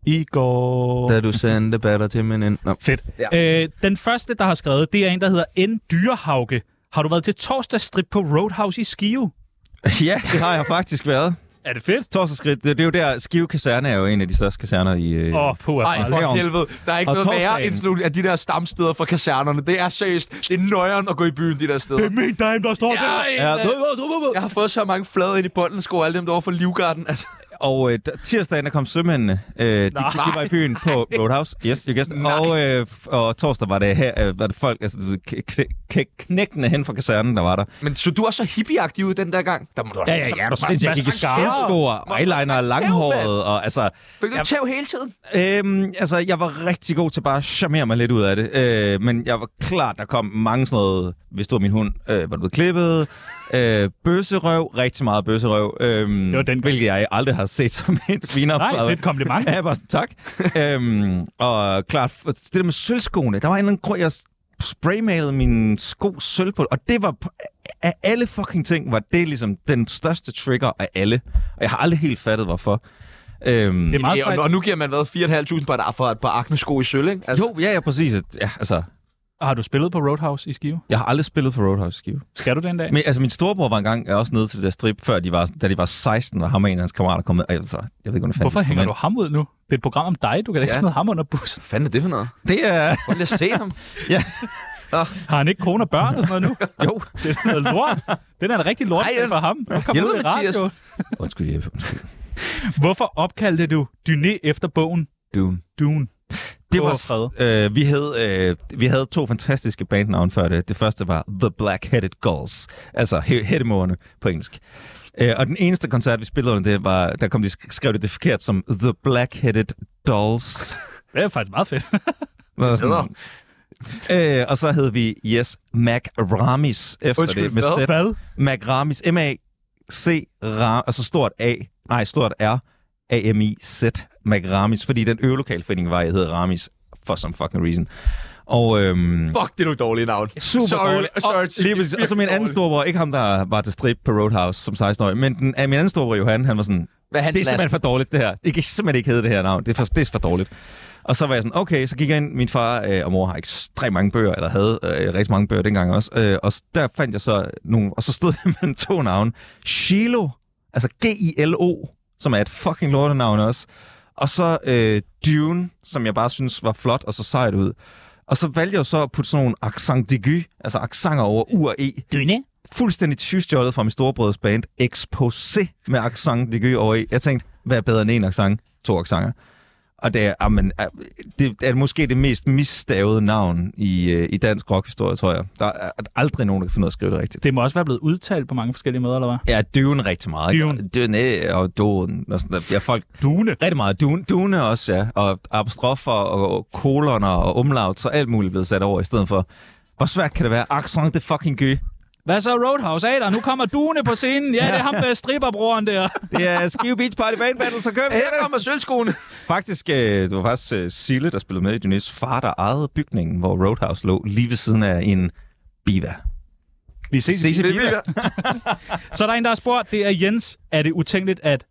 Speaker 3: I går...
Speaker 1: Da du sendte batter til min ind. Nå.
Speaker 3: Fedt. Ja. Øh, den første, der har skrevet, det er en, der hedder N. Dyrehauke. Har du været til torsdagsstrip på Roadhouse i Skive?
Speaker 5: ja, det har jeg faktisk været.
Speaker 3: Er det fedt?
Speaker 5: Torsdagskridt, det, det er jo der, Skive Kaserne er jo en af de største kaserner i... øh,
Speaker 3: Åh, oh, puh,
Speaker 1: Ej, for
Speaker 5: Leon.
Speaker 1: helvede. Der er ikke
Speaker 5: Og
Speaker 1: noget værre
Speaker 5: torsdagen.
Speaker 1: end sådan nogle af de der stamsteder fra kasernerne. Det er seriøst. Det er nøjeren at gå i byen, de der steder.
Speaker 3: min dame, der står
Speaker 1: Jeg, er en,
Speaker 5: Ja,
Speaker 1: øh, jeg har fået så mange flade ind i bunden, sko alle dem derovre fra Livgarden. Altså,
Speaker 5: Og øh, der- tirsdagen der kom sømændene. Øh, de, de
Speaker 3: Nej.
Speaker 5: var i byen på Roadhouse. Yes, you guessed. it. Og, øh, f- og torsdag var det her, øh, var det folk, altså du ved, k- k- kæ- knækkende hen fra kasernen, der var der.
Speaker 1: Men så du er så hippieagtig ud den der gang? Der må du
Speaker 5: Ja, ja, ja, du synes, jeg gik i skældsko, eyeliner, langhåret, og altså...
Speaker 1: Fik du tæv hele tiden?
Speaker 5: Øhm, altså, jeg var rigtig god til bare at charmere mig lidt ud af det. Øh, men jeg var klar, der kom mange sådan noget, hvis du var min hund, øh, var du blevet klippet, øh, bøsserøv, rigtig meget bøsserøv. Øhm, det var den hvilket jeg aldrig har set som en sviner.
Speaker 3: Nej, det er et kompliment.
Speaker 5: Ja, jeg var sådan, tak. øhm, og klart, for- det der med sølvskoene, der var en eller anden grund, jeg spraymalede mine sko sølv på, og det var p- af alle fucking ting, var det ligesom den største trigger af alle. Og jeg har aldrig helt fattet, hvorfor. Øhm,
Speaker 1: ja, og, og nu giver man været 4.500 på et, for et par Acme-sko i sølv, ikke?
Speaker 5: Altså. Jo, ja, ja, præcis. Ja, altså,
Speaker 3: Har du spillet på Roadhouse i Skive?
Speaker 5: jeg har aldrig spillet på Roadhouse Skive.
Speaker 3: Skal du den dag?
Speaker 5: Men altså, min storebror var engang også nede til det der strip, før de var, da de var 16, var ham og en af hans kammerater kom med. Altså, jeg ved ikke, hvordan fanden
Speaker 3: Hvorfor
Speaker 5: de kom
Speaker 3: hænger
Speaker 5: ind.
Speaker 3: du ham ud nu? Det er et program om dig. Du kan da ikke
Speaker 5: Ja.
Speaker 3: ja. smide ham under bussen. Hvad
Speaker 1: fanden er det for noget?
Speaker 5: Det er...
Speaker 1: Prøv lige at se ham.
Speaker 5: ja.
Speaker 3: Har han ikke kone og børn og sådan noget nu?
Speaker 5: jo.
Speaker 3: Det er noget lort. Den er da rigtig lort
Speaker 1: Ej,
Speaker 3: for ham. Nu kom
Speaker 1: hjælp,
Speaker 3: ud i
Speaker 1: Mathias.
Speaker 3: radio.
Speaker 5: Undskyld, Jeppe. Undskyld.
Speaker 3: Hvorfor opkaldte du Dyné efter bogen
Speaker 1: Dune?
Speaker 3: Dune.
Speaker 5: Det
Speaker 3: Åh,
Speaker 5: var,
Speaker 3: Frede.
Speaker 5: øh, vi, havde, øh, vi havde to fantastiske bandnavne før det. Det første var The Black-Headed Gulls, altså he- hættemåerne på engelsk. Øh, og den eneste koncert, vi spillede under det, var, der kom de sk- skrev det, det forkert som The Black-Headed Dolls.
Speaker 3: Det er faktisk meget fedt.
Speaker 5: Var sådan, øh, og så hed vi Yes Mac Ramis efter
Speaker 3: Undskyld,
Speaker 5: det. Med
Speaker 3: hvad?
Speaker 5: sæt.
Speaker 3: Hvad?
Speaker 5: Mac Ramis. M-A-C Ra- og så stort A. Nej, stort R. A-M-I-Z. Mac Ramis. Fordi den øvelokalforening var, jeg hed Ramis. For some fucking reason. Og, øhm,
Speaker 1: Fuck, det er nogle dårlige navn.
Speaker 5: Super
Speaker 1: sorry,
Speaker 5: dårlig.
Speaker 1: Sorry,
Speaker 5: og, lige præcis. og så min anden storebror, ikke ham, der var til strip på Roadhouse som 16-årig, men den, af min anden storebror, Johan, han var sådan,
Speaker 1: Hvad er hans
Speaker 5: det er simpelthen
Speaker 1: last?
Speaker 5: for dårligt, det her. Det kan simpelthen ikke hedde det her navn. Det er for, det er for dårligt. Og så var jeg sådan, okay, så gik jeg ind. Min far øh, og mor har ekstremt mange bøger, eller havde øh, rigtig mange bøger dengang også. Øh, og s- der fandt jeg så nogle, og så stod jeg mellem to navne. Shiloh, altså G-I-L-O, som er et fucking lortenavn også. Og så øh, Dune, som jeg bare synes var flot og så sejt ud. Og så valgte jeg jo så at putte sådan nogle accent d'aigu, altså accenter over U og E.
Speaker 3: Dyne?
Speaker 5: Fuldstændig tyvstjålet fra min storebrødres band Exposé med accent d'aigu over E. Jeg tænkte, hvad er bedre end en accent? To accenter. Og det er, amen, er- det er måske det mest misstavede navn i, øh, i dansk rockhistorie, tror jeg. Der er aldrig nogen, der kan finde ud af at skrive det rigtigt.
Speaker 3: Det må også være blevet udtalt på mange forskellige måder, eller hvad?
Speaker 5: Ja, døven rigtig meget. Døven. Døne og døden. Og sådan der. Ja, folk,
Speaker 3: dune.
Speaker 5: Rigtig meget. Dune, dune også, ja. Og apostrofer og koloner og umlaut, så alt muligt blevet sat over i stedet for. Hvor svært kan det være? Accent det fucking gø.
Speaker 3: Hvad så, Roadhouse? Hey, der, nu kommer Dune på scenen. Ja, det er ham med stripperbroren der.
Speaker 5: Det er Skive Beach Party Band Battle, så køb
Speaker 1: Her kommer sølvskoene.
Speaker 5: Faktisk, øh, det var faktisk øh, Sille, der spillede med i Dunes far, der ejede bygningen, hvor Roadhouse lå lige ved siden af en biva.
Speaker 3: Vi ses,
Speaker 5: ses i biva.
Speaker 3: Så er der en, der har spurgt. Det er Jens. Er det utænkeligt, at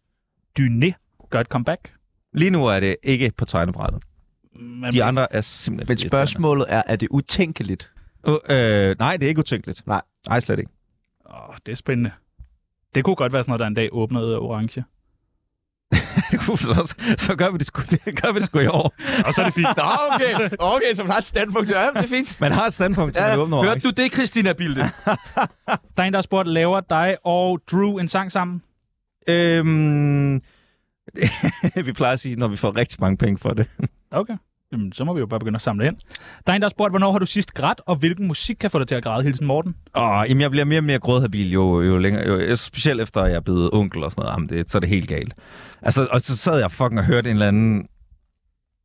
Speaker 3: Dyne gør et comeback?
Speaker 5: Lige nu er det ikke på tegnebrættet.
Speaker 3: Men
Speaker 5: De andre er simpelthen...
Speaker 1: Men spørgsmålet er, er det utænkeligt?
Speaker 5: Uh, øh, nej, det er ikke utænkeligt.
Speaker 1: Nej.
Speaker 5: Nej, slet ikke.
Speaker 3: Åh, det er spændende. Det kunne godt være sådan noget, der en dag åbnede orange.
Speaker 5: det kunne så, så gør vi det sgu, gør vi det sgu i år.
Speaker 3: Og så er det fint.
Speaker 1: Nå, okay. Okay, så man har et standpunkt. Ja, det er fint.
Speaker 5: Man har et standpunkt til, at det åbner
Speaker 1: Hørte du det, Christina Bilde?
Speaker 3: Der er en, der har spurgt, laver dig og Drew en sang sammen?
Speaker 5: Øhm, vi plejer at sige, når vi får rigtig mange penge for det.
Speaker 3: Okay. Jamen, så må vi jo bare begynde at samle ind. Der er en, der har spurgt, hvornår har du sidst grædt, og hvilken musik kan få dig til at græde? Hilsen Morten.
Speaker 5: Åh, jamen, jeg bliver mere og mere grådhabil, jo, jo længere. Jo, specielt efter, at jeg er blevet onkel og sådan noget. Jamen, det, så er det helt galt. Altså, og så sad jeg fucking og hørte en eller anden...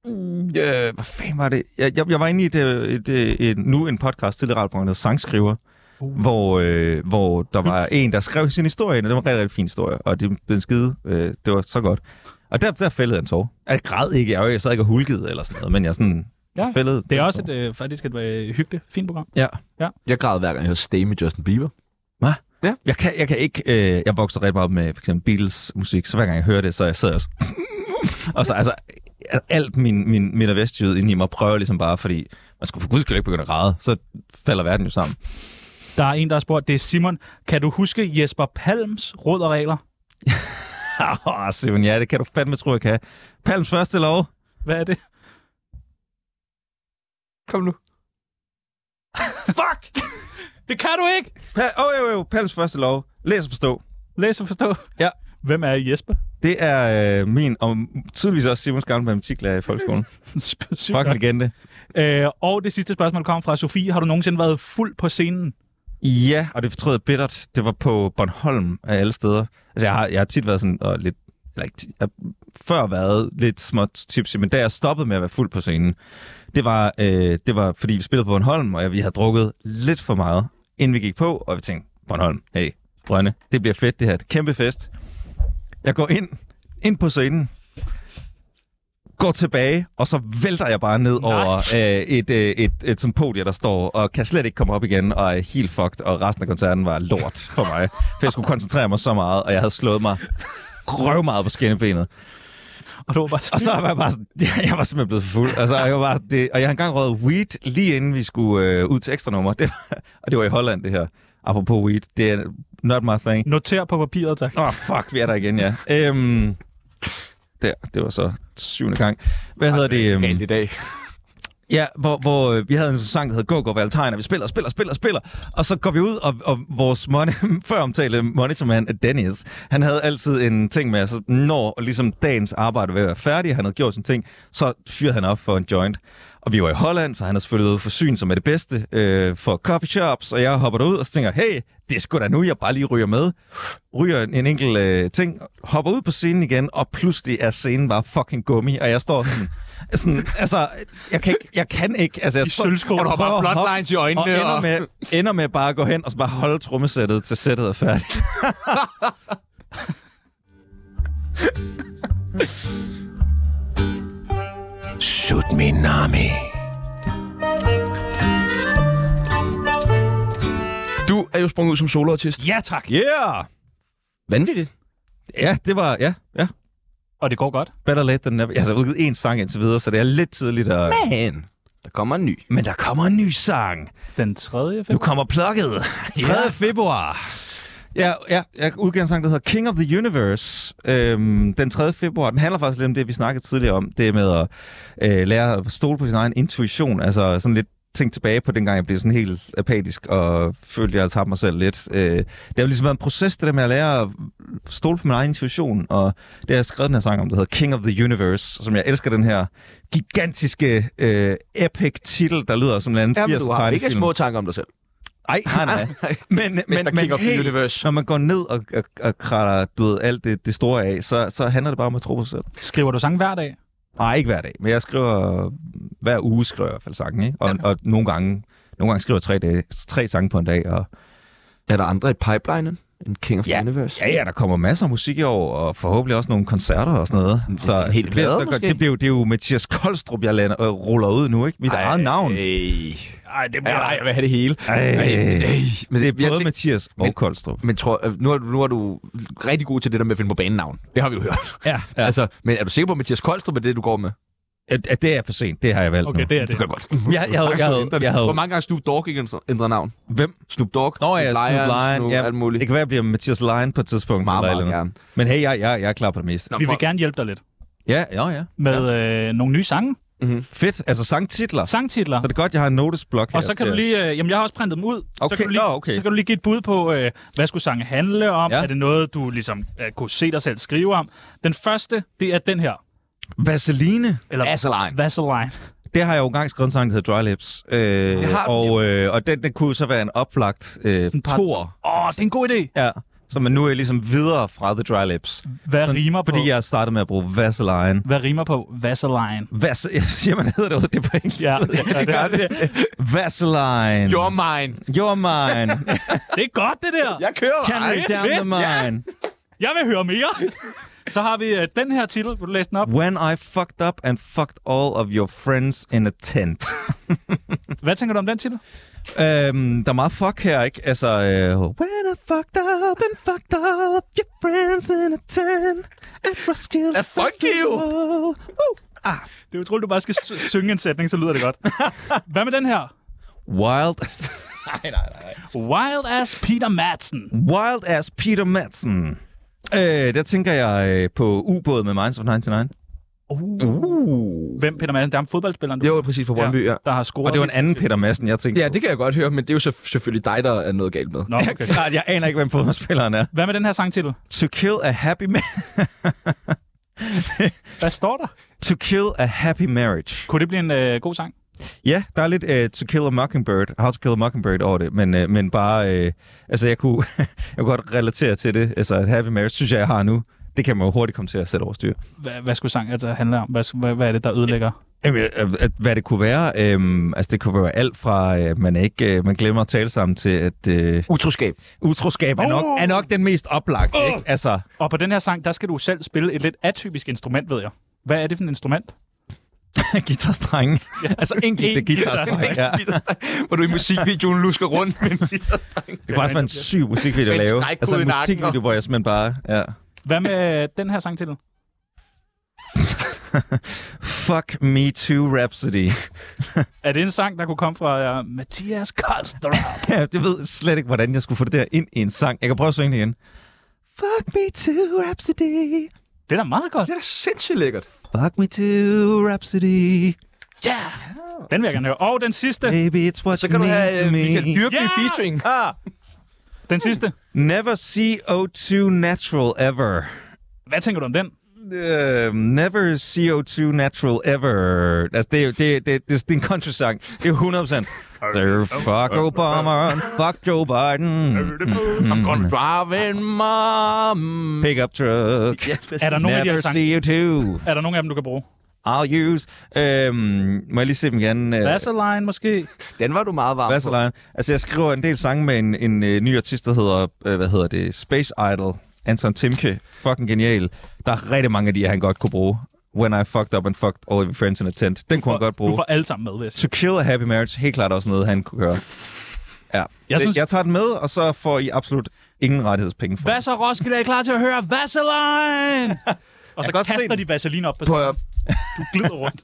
Speaker 5: Mm, Øh, hvad fanden var det? Jeg, jeg, jeg var inde i et, øh, et, et, et, nu en podcast til det radioprogram, der hedder Sangskriver, uh. hvor, øh, hvor der var en, der skrev sin historie ind, og det var en rigtig, rigtig fin historie, og det blev en skide. Øh, det var så godt. Og der, der fældede jeg en tår. Jeg græd ikke, jeg, jeg sad ikke og hulkede eller sådan noget, men jeg sådan...
Speaker 3: Ja,
Speaker 5: fældede,
Speaker 3: Det er også et, øh, faktisk et øh, hyggeligt, fint program.
Speaker 5: Ja.
Speaker 1: Jeg græd hver gang, jeg hørte Stay med Justin Bieber.
Speaker 5: Hvad? Ja. Jeg kan, jeg kan ikke... Øh, jeg voksede rigtig meget op med for eksempel Beatles musik, så hver gang jeg hører det, så jeg sidder også... og så altså, alt min, min, min og vestjyde inde i mig prøver ligesom bare, fordi man skulle for guds skyld ikke begynde at græde, så falder verden jo sammen.
Speaker 3: Der er en, der har spurgt, det er Simon. Kan du huske Jesper Palms råd og regler?
Speaker 5: Åh, oh, Simon, ja, det kan du fandme tro, jeg kan. Palms første lov.
Speaker 3: Hvad er det?
Speaker 1: Kom nu.
Speaker 5: Fuck!
Speaker 3: Det kan du ikke!
Speaker 5: Åh, pa- oh, jo, jo, Palms første lov. Læs og forstå.
Speaker 3: Læs og forstå.
Speaker 5: Ja.
Speaker 3: Hvem er Jesper?
Speaker 5: Det er øh, min, og tydeligvis også Simons gamle matematiklærer i folkeskolen. Fuck legende.
Speaker 3: Øh, og det sidste spørgsmål kom fra Sofie. Har du nogensinde været fuld på scenen?
Speaker 5: Ja, og det fortrød jeg bittert. Det var på Bornholm af alle steder. Altså, jeg har, jeg har tit været sådan, og lidt, eller ikke, tit, jeg har før været lidt småt tipsy, men da jeg stoppede med at være fuld på scenen, det var, øh, det var fordi vi spillede på Bornholm, og jeg, vi havde drukket lidt for meget, inden vi gik på, og vi tænkte, Bornholm, hey, Brønde, det bliver fedt det her, det er et kæmpe fest. Jeg går ind, ind på scenen, går tilbage, og så vælter jeg bare ned Nej. over øh, et, øh, et, et som podie, der står, og kan slet ikke komme op igen, og er helt fucked, og resten af koncerten var lort for mig. for jeg skulle koncentrere mig så meget, og jeg havde slået mig røv meget på skinnebenet.
Speaker 3: Og, du var bare
Speaker 5: og så var jeg bare sådan, ja, jeg var simpelthen blevet for fuld. Altså, jeg var bare, det, og jeg har engang røget weed lige inden vi skulle øh, ud til ekstra nummer. Det var, og det var i Holland, det her. Apropos weed, det er not my thing.
Speaker 3: Noter på papiret, tak.
Speaker 5: Åh, oh, fuck, vi er der igen, ja. Øhm, der, det var så syvende gang. Hvad hedder det? øhm,
Speaker 11: i dag.
Speaker 5: Ja, hvor, hvor øh, vi havde en sang, der hed Go Go Valentine, og vi spiller, spiller, spiller, spiller. Og så går vi ud, og, og vores money, før omtalte monitormand Dennis, han havde altid en ting med, at så når ligesom dagens arbejde var ved at være færdig, han havde gjort sin ting, så fyrede han op for en joint. Og vi var i Holland, så han har selvfølgelig været forsyn, som er det bedste øh, for coffee shops, og jeg hopper derud og så tænker, hey, det er sgu da nu, jeg bare lige ryger med. Ryger en, en enkelt øh, ting, hopper ud på scenen igen, og pludselig er scenen bare fucking gummi, og jeg står sådan, sådan altså, jeg kan ikke, jeg kan ikke, altså, jeg
Speaker 3: I
Speaker 5: står-
Speaker 3: sølvsko.
Speaker 5: jeg
Speaker 3: Og du har
Speaker 5: prøver
Speaker 11: bare
Speaker 5: at hoppe,
Speaker 11: blotlines i øjnene,
Speaker 5: Og ender,
Speaker 11: og-
Speaker 5: med, ender med bare at gå hen og så bare holde trommesættet til sættet er færdigt.
Speaker 11: Sut min nami.
Speaker 1: Du er jo sprunget ud som soloartist.
Speaker 3: Ja, tak.
Speaker 5: Yeah!
Speaker 1: Vanvittigt.
Speaker 5: Ja, det var, ja, ja.
Speaker 3: Og det går godt.
Speaker 5: Better late than never. Jeg har så udgivet én sang indtil videre, så det er lidt tidligt at...
Speaker 1: Man, der kommer en ny.
Speaker 5: Men der kommer en ny sang.
Speaker 3: Den 3.
Speaker 5: Nu
Speaker 3: februar.
Speaker 5: kommer plukket. 3. Ja. februar. Ja, ja, jeg udgav en sang, der hedder King of the Universe øhm, den 3. februar. Den handler faktisk lidt om det, vi snakkede tidligere om. Det med at øh, lære at stole på sin egen intuition. Altså sådan lidt tænke tilbage på dengang, jeg blev sådan helt apatisk og følte, jeg havde tabt mig selv lidt. Øh, det har jo ligesom været en proces, det der med at lære at stole på min egen intuition. Og det har jeg skrevet den her sang om, der hedder King of the Universe, som jeg elsker den her gigantiske øh, epic titel, der lyder som en eller
Speaker 1: Ja,
Speaker 5: anden
Speaker 1: men du har ikke
Speaker 5: tegnefilm.
Speaker 1: små tanker om dig selv.
Speaker 5: Ej, nej, nej. men, men,
Speaker 1: Mr.
Speaker 5: men
Speaker 1: King of the
Speaker 5: helt-
Speaker 1: Universe.
Speaker 5: Når man går ned og, og, og kratter du ved, alt det, det store af, så, så handler det bare om at tro på sig selv.
Speaker 3: Skriver du sang hver dag?
Speaker 5: Nej, ikke hver dag, men jeg skriver... Hver uge skriver jeg i hvert fald sangen, ikke? Og, og nogle, gange, nogle gange skriver jeg tre, dage, tre sange på en dag, og
Speaker 1: Er der andre i pipelinen end King of the Universe?
Speaker 5: ja, ja, der kommer masser af musik i år, og forhåbentlig også nogle koncerter og sådan noget. Så
Speaker 1: en hel
Speaker 5: det, bliver
Speaker 1: plade
Speaker 5: så godt.
Speaker 1: måske?
Speaker 5: det, bliver jo, det er jo Mathias Koldstrup, jeg lander, øh, ruller ud nu, ikke? Mit Ej, eget navn. Ej,
Speaker 3: Nej, det
Speaker 11: Ja, jeg vil have det hele.
Speaker 5: men det er både
Speaker 1: virkelig-
Speaker 5: Mathias og
Speaker 1: men-
Speaker 5: Koldstrup.
Speaker 1: Men tror, øh, nu, er, du- nu er du rigtig god til det der med at finde på banenavn. Det har vi jo hørt.
Speaker 5: Ja,
Speaker 1: Ja. Altså, men er du sikker på, at Mathias Koldstrup er det, du går med?
Speaker 5: At, at det er for sent. Det har jeg valgt
Speaker 3: Okay,
Speaker 5: nu.
Speaker 3: det er
Speaker 1: Du
Speaker 3: det.
Speaker 1: kan godt.
Speaker 5: Jeg, jeg, havde, jeg, havde, jeg havde,
Speaker 1: Hvor mange gange Snoop Dogg ikke ændrer navn?
Speaker 5: hvem?
Speaker 1: Snoop Dogg,
Speaker 5: Nå ja, Snoop
Speaker 1: Lion,
Speaker 5: Lion,
Speaker 1: Snoop,
Speaker 5: ja.
Speaker 1: alt muligt.
Speaker 5: Det kan være, jeg bliver Mathias Lion på et tidspunkt.
Speaker 1: Meget,
Speaker 5: eller et
Speaker 1: meget
Speaker 5: eller
Speaker 1: gerne.
Speaker 5: andet. Men hey, jeg, jeg, jeg er klar på det meste.
Speaker 1: Nå,
Speaker 3: Vi vil
Speaker 1: prøv-
Speaker 3: gerne hjælpe dig lidt
Speaker 5: Ja, ja, ja.
Speaker 3: med øh, nogle nye sange,
Speaker 5: Fedt. Altså sangtitler. Så
Speaker 3: sangtitler.
Speaker 5: er det godt, jeg har en notice-blok her.
Speaker 3: Og så kan
Speaker 5: til-
Speaker 3: du lige, øh, jamen jeg har også printet dem ud, så,
Speaker 5: Okay,
Speaker 3: kan du lige,
Speaker 5: nå, okay.
Speaker 3: så kan du lige give et bud på, øh, hvad skulle sangen handle om?
Speaker 5: Ja.
Speaker 3: Er det noget, du ligesom øh, kunne se dig selv skrive om? Den første, det er den her.
Speaker 5: Vaseline.
Speaker 3: Eller
Speaker 1: Vaseline.
Speaker 3: Vaseline.
Speaker 5: Det har jeg jo engang skrevet en sang, der hedder Dry Lips. Øh,
Speaker 1: har den
Speaker 5: og, øh, og den, den kunne så være en oplagt øh,
Speaker 3: Sådan par-
Speaker 5: tor.
Speaker 3: Åh, det er en god idé.
Speaker 5: Ja. Så man nu er jeg ligesom videre fra The Dry Lips.
Speaker 3: Hvad rimer på?
Speaker 5: Fordi jeg startede med at bruge Vaseline.
Speaker 3: Hvad rimer på Vaseline?
Speaker 5: Vas jeg siger, man hedder det, det er på engelsk.
Speaker 3: Ja, ja, det gør det.
Speaker 5: Vaseline.
Speaker 1: You're mine.
Speaker 5: You're mine.
Speaker 3: Det er godt, det der.
Speaker 1: Jeg kører.
Speaker 5: Can
Speaker 1: Ej.
Speaker 5: we down the mine?
Speaker 3: Jeg vil høre mere. Så har vi øh, den her titel. Vil du læse den op?
Speaker 5: When I fucked up and fucked all of your friends in a tent.
Speaker 3: Hvad tænker du om den titel?
Speaker 5: øhm, der er meget fuck her, ikke? Altså, øh, when I fucked up and fucked all of your friends in a tent. It was killed
Speaker 1: Ah, fuck you!
Speaker 5: Woo. Ah,
Speaker 3: Det er utroligt, du bare skal sy- synge en sætning, så lyder det godt. Hvad med den her?
Speaker 5: wild,
Speaker 3: Wild as Peter Madsen.
Speaker 5: wild as Peter Madsen. Øh, der tænker jeg øh, på ubåd med Minds of 99.
Speaker 3: Uh.
Speaker 5: Uh.
Speaker 3: Hvem Peter Madsen? Det er ham fodboldspilleren, du
Speaker 1: Jo, præcis fra Brøndby, ja.
Speaker 3: Der har scoret.
Speaker 5: Og det var en anden Peter Madsen, jeg tænkte
Speaker 1: Ja, det kan jeg godt høre, men det er jo så selvfølgelig dig, der er noget galt med.
Speaker 3: Nå, okay.
Speaker 5: Klart, Ah, jeg aner ikke, hvem fodboldspilleren er.
Speaker 3: Hvad med den her sangtitel?
Speaker 5: To kill a happy man.
Speaker 3: Hvad står der?
Speaker 5: To kill a happy marriage.
Speaker 3: Kunne det blive en øh, god sang?
Speaker 5: Ja, der er lidt uh, To Kill a Mockingbird, How to Kill a Mockingbird over det, men, uh, men bare, uh, altså jeg kunne, jeg kunne godt relatere til det. Altså et happy marriage, synes jeg, jeg har nu. Det kan man jo hurtigt komme til at sætte over styr.
Speaker 3: Hvad, hvad skulle sang altså handle om? Hvad, hvad, hvad er det, der ødelægger?
Speaker 5: Jamen, øh, øh, hvad det kunne være, øhm, altså det kunne være alt fra, øh, man er ikke, øh, man glemmer at tale sammen til, at øh,
Speaker 1: Utroskab.
Speaker 5: utroskab er nok,
Speaker 1: Uh!
Speaker 5: er nok den mest oplagt, oh! ikke? Altså,
Speaker 3: Og på den her sang, der skal du selv spille et lidt atypisk instrument, ved jeg. Hvad er det for et instrument?
Speaker 5: guitarstrenge.
Speaker 3: Ja.
Speaker 5: altså enkelte
Speaker 3: En
Speaker 5: guitarstrenge, ja.
Speaker 1: Hvor du i musikvideoen lusker rundt med en guitarstreng.
Speaker 5: Det kunne også være en syg musikvideo at
Speaker 1: Med en
Speaker 5: lave.
Speaker 1: stregkode
Speaker 5: Altså
Speaker 1: i
Speaker 5: en
Speaker 1: nakken.
Speaker 5: musikvideo, hvor jeg simpelthen bare, ja.
Speaker 3: Hvad med øh, den her sangtitel?
Speaker 5: Fuck me too, Rhapsody.
Speaker 3: Er det en sang, der kunne komme fra uh, Mathias Karlstrup?
Speaker 5: Ja, jeg ved slet ikke, hvordan jeg skulle få det der ind i en sang. Jeg kan prøve at synge det igen. Fuck me too, Rhapsody.
Speaker 3: det er da meget godt.
Speaker 1: Det er da sindssygt lækkert.
Speaker 5: Fuck me too, Rhapsody.
Speaker 3: Den vil jeg gerne høre. Og den sidste.
Speaker 5: Baby, it's what
Speaker 1: Så kan du
Speaker 5: means
Speaker 1: have
Speaker 5: to
Speaker 1: øh,
Speaker 5: me.
Speaker 1: Michael Dyrby
Speaker 3: Ja!
Speaker 1: featuring.
Speaker 5: Ah,
Speaker 3: Den sidste.
Speaker 5: never CO2 natural ever.
Speaker 3: Hvad tænker du om den?
Speaker 5: Uh, never CO2 natural ever. Altså, det er jo det, det, det, det er en countrysang. Det er 100%. There, fuck Obama, and fuck Joe Biden.
Speaker 1: I'm
Speaker 5: Mm.
Speaker 1: gonna drive in mom.
Speaker 5: Pickup truck.
Speaker 1: Ja, præcis.
Speaker 3: Er der nogen af de
Speaker 5: Never
Speaker 3: her sange?
Speaker 5: CO2.
Speaker 3: Er der nogen af dem, du kan bruge?
Speaker 5: I'll use. Øhm, må jeg lige se dem igen? Øh,
Speaker 3: Vaseline måske?
Speaker 1: Den var du meget varm på.
Speaker 5: Vaseline. Altså, jeg skriver en del sange med en, en øh, ny artist, der hedder, øh, hvad hedder det, Space Idol. Anton Timke. Fucking genial. Der er rigtig mange af de, han godt kunne bruge. When I fucked up and fucked all of your friends in a tent. Den kunne han godt
Speaker 3: Du
Speaker 5: bruge.
Speaker 3: får alle sammen med, vil jeg sige.
Speaker 5: To Kill a Happy Marriage, helt klart også noget, han kunne gøre. Ja.
Speaker 3: Jeg
Speaker 5: Jeg,
Speaker 3: synes-
Speaker 5: synes... jeg tager den med, og så får I absolut ingen rettighedspenge for
Speaker 3: Hvad så, Roskilde? Er I klar til at høre Vaseline? Og så
Speaker 5: kan godt se
Speaker 3: kaster
Speaker 5: den.
Speaker 3: de Vaseline op på
Speaker 1: Prøv at
Speaker 3: scenen.
Speaker 1: høre,
Speaker 3: Du glider rundt.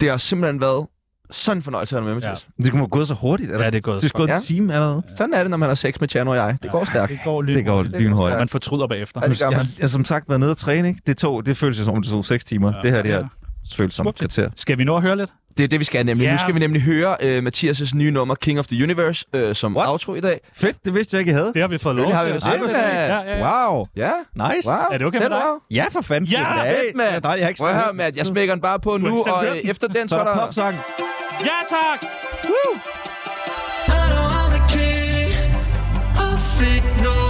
Speaker 1: det har simpelthen været sådan en fornøjelse at være med,
Speaker 3: Ja.
Speaker 1: Mathias.
Speaker 5: den. Det kunne være gået så hurtigt. Eller?
Speaker 3: Ja, det er gået
Speaker 5: Det er
Speaker 3: så
Speaker 5: gået
Speaker 1: godt.
Speaker 5: en time allerede.
Speaker 1: Sådan er det, når man har sex med Tjerno og jeg. Det går stærkt.
Speaker 3: Det går lidt.
Speaker 5: Det går lynhøjt.
Speaker 3: Og man fortryder bagefter.
Speaker 1: Ja, det gør
Speaker 5: Jeg
Speaker 1: man.
Speaker 5: har som sagt været nede og træne, ikke? Det, tog, det føles som om, det tog 6 timer. Ja, det her, det her føles som et
Speaker 3: Smukt.
Speaker 5: kvarter.
Speaker 3: Skal vi nå at høre lidt?
Speaker 1: Det er det, vi skal nemlig.
Speaker 3: Ja.
Speaker 1: Nu skal vi nemlig høre øh, Mathias' nye nummer, King of the Universe, øh, som
Speaker 5: What?
Speaker 1: outro i dag.
Speaker 5: Fedt, det vidste jeg ikke, jeg havde.
Speaker 3: Det har vi fået lov
Speaker 1: Selvfølgelig har vi
Speaker 3: til.
Speaker 1: det.
Speaker 5: Ej, hvor
Speaker 1: Ja,
Speaker 5: sygt.
Speaker 3: ja, ja.
Speaker 5: Wow.
Speaker 1: Ja.
Speaker 5: Nice.
Speaker 1: Wow.
Speaker 3: Er det okay med
Speaker 1: Den
Speaker 3: dig?
Speaker 1: var-
Speaker 5: Ja, for fanden.
Speaker 3: Ja,
Speaker 5: Peter.
Speaker 1: Fedt, mand.
Speaker 5: Nej, jeg har ikke
Speaker 1: Prøv at høre,
Speaker 5: hørt
Speaker 1: Matt. Jeg smækker den bare på
Speaker 3: har
Speaker 1: nu,
Speaker 3: ikke selv
Speaker 1: og
Speaker 3: hørt
Speaker 1: øh,
Speaker 3: den.
Speaker 1: efter den,
Speaker 5: Så
Speaker 1: så
Speaker 5: er
Speaker 1: er
Speaker 5: der
Speaker 1: der...
Speaker 5: popsang.
Speaker 3: Ja, tak!
Speaker 9: I don't want the king. I think no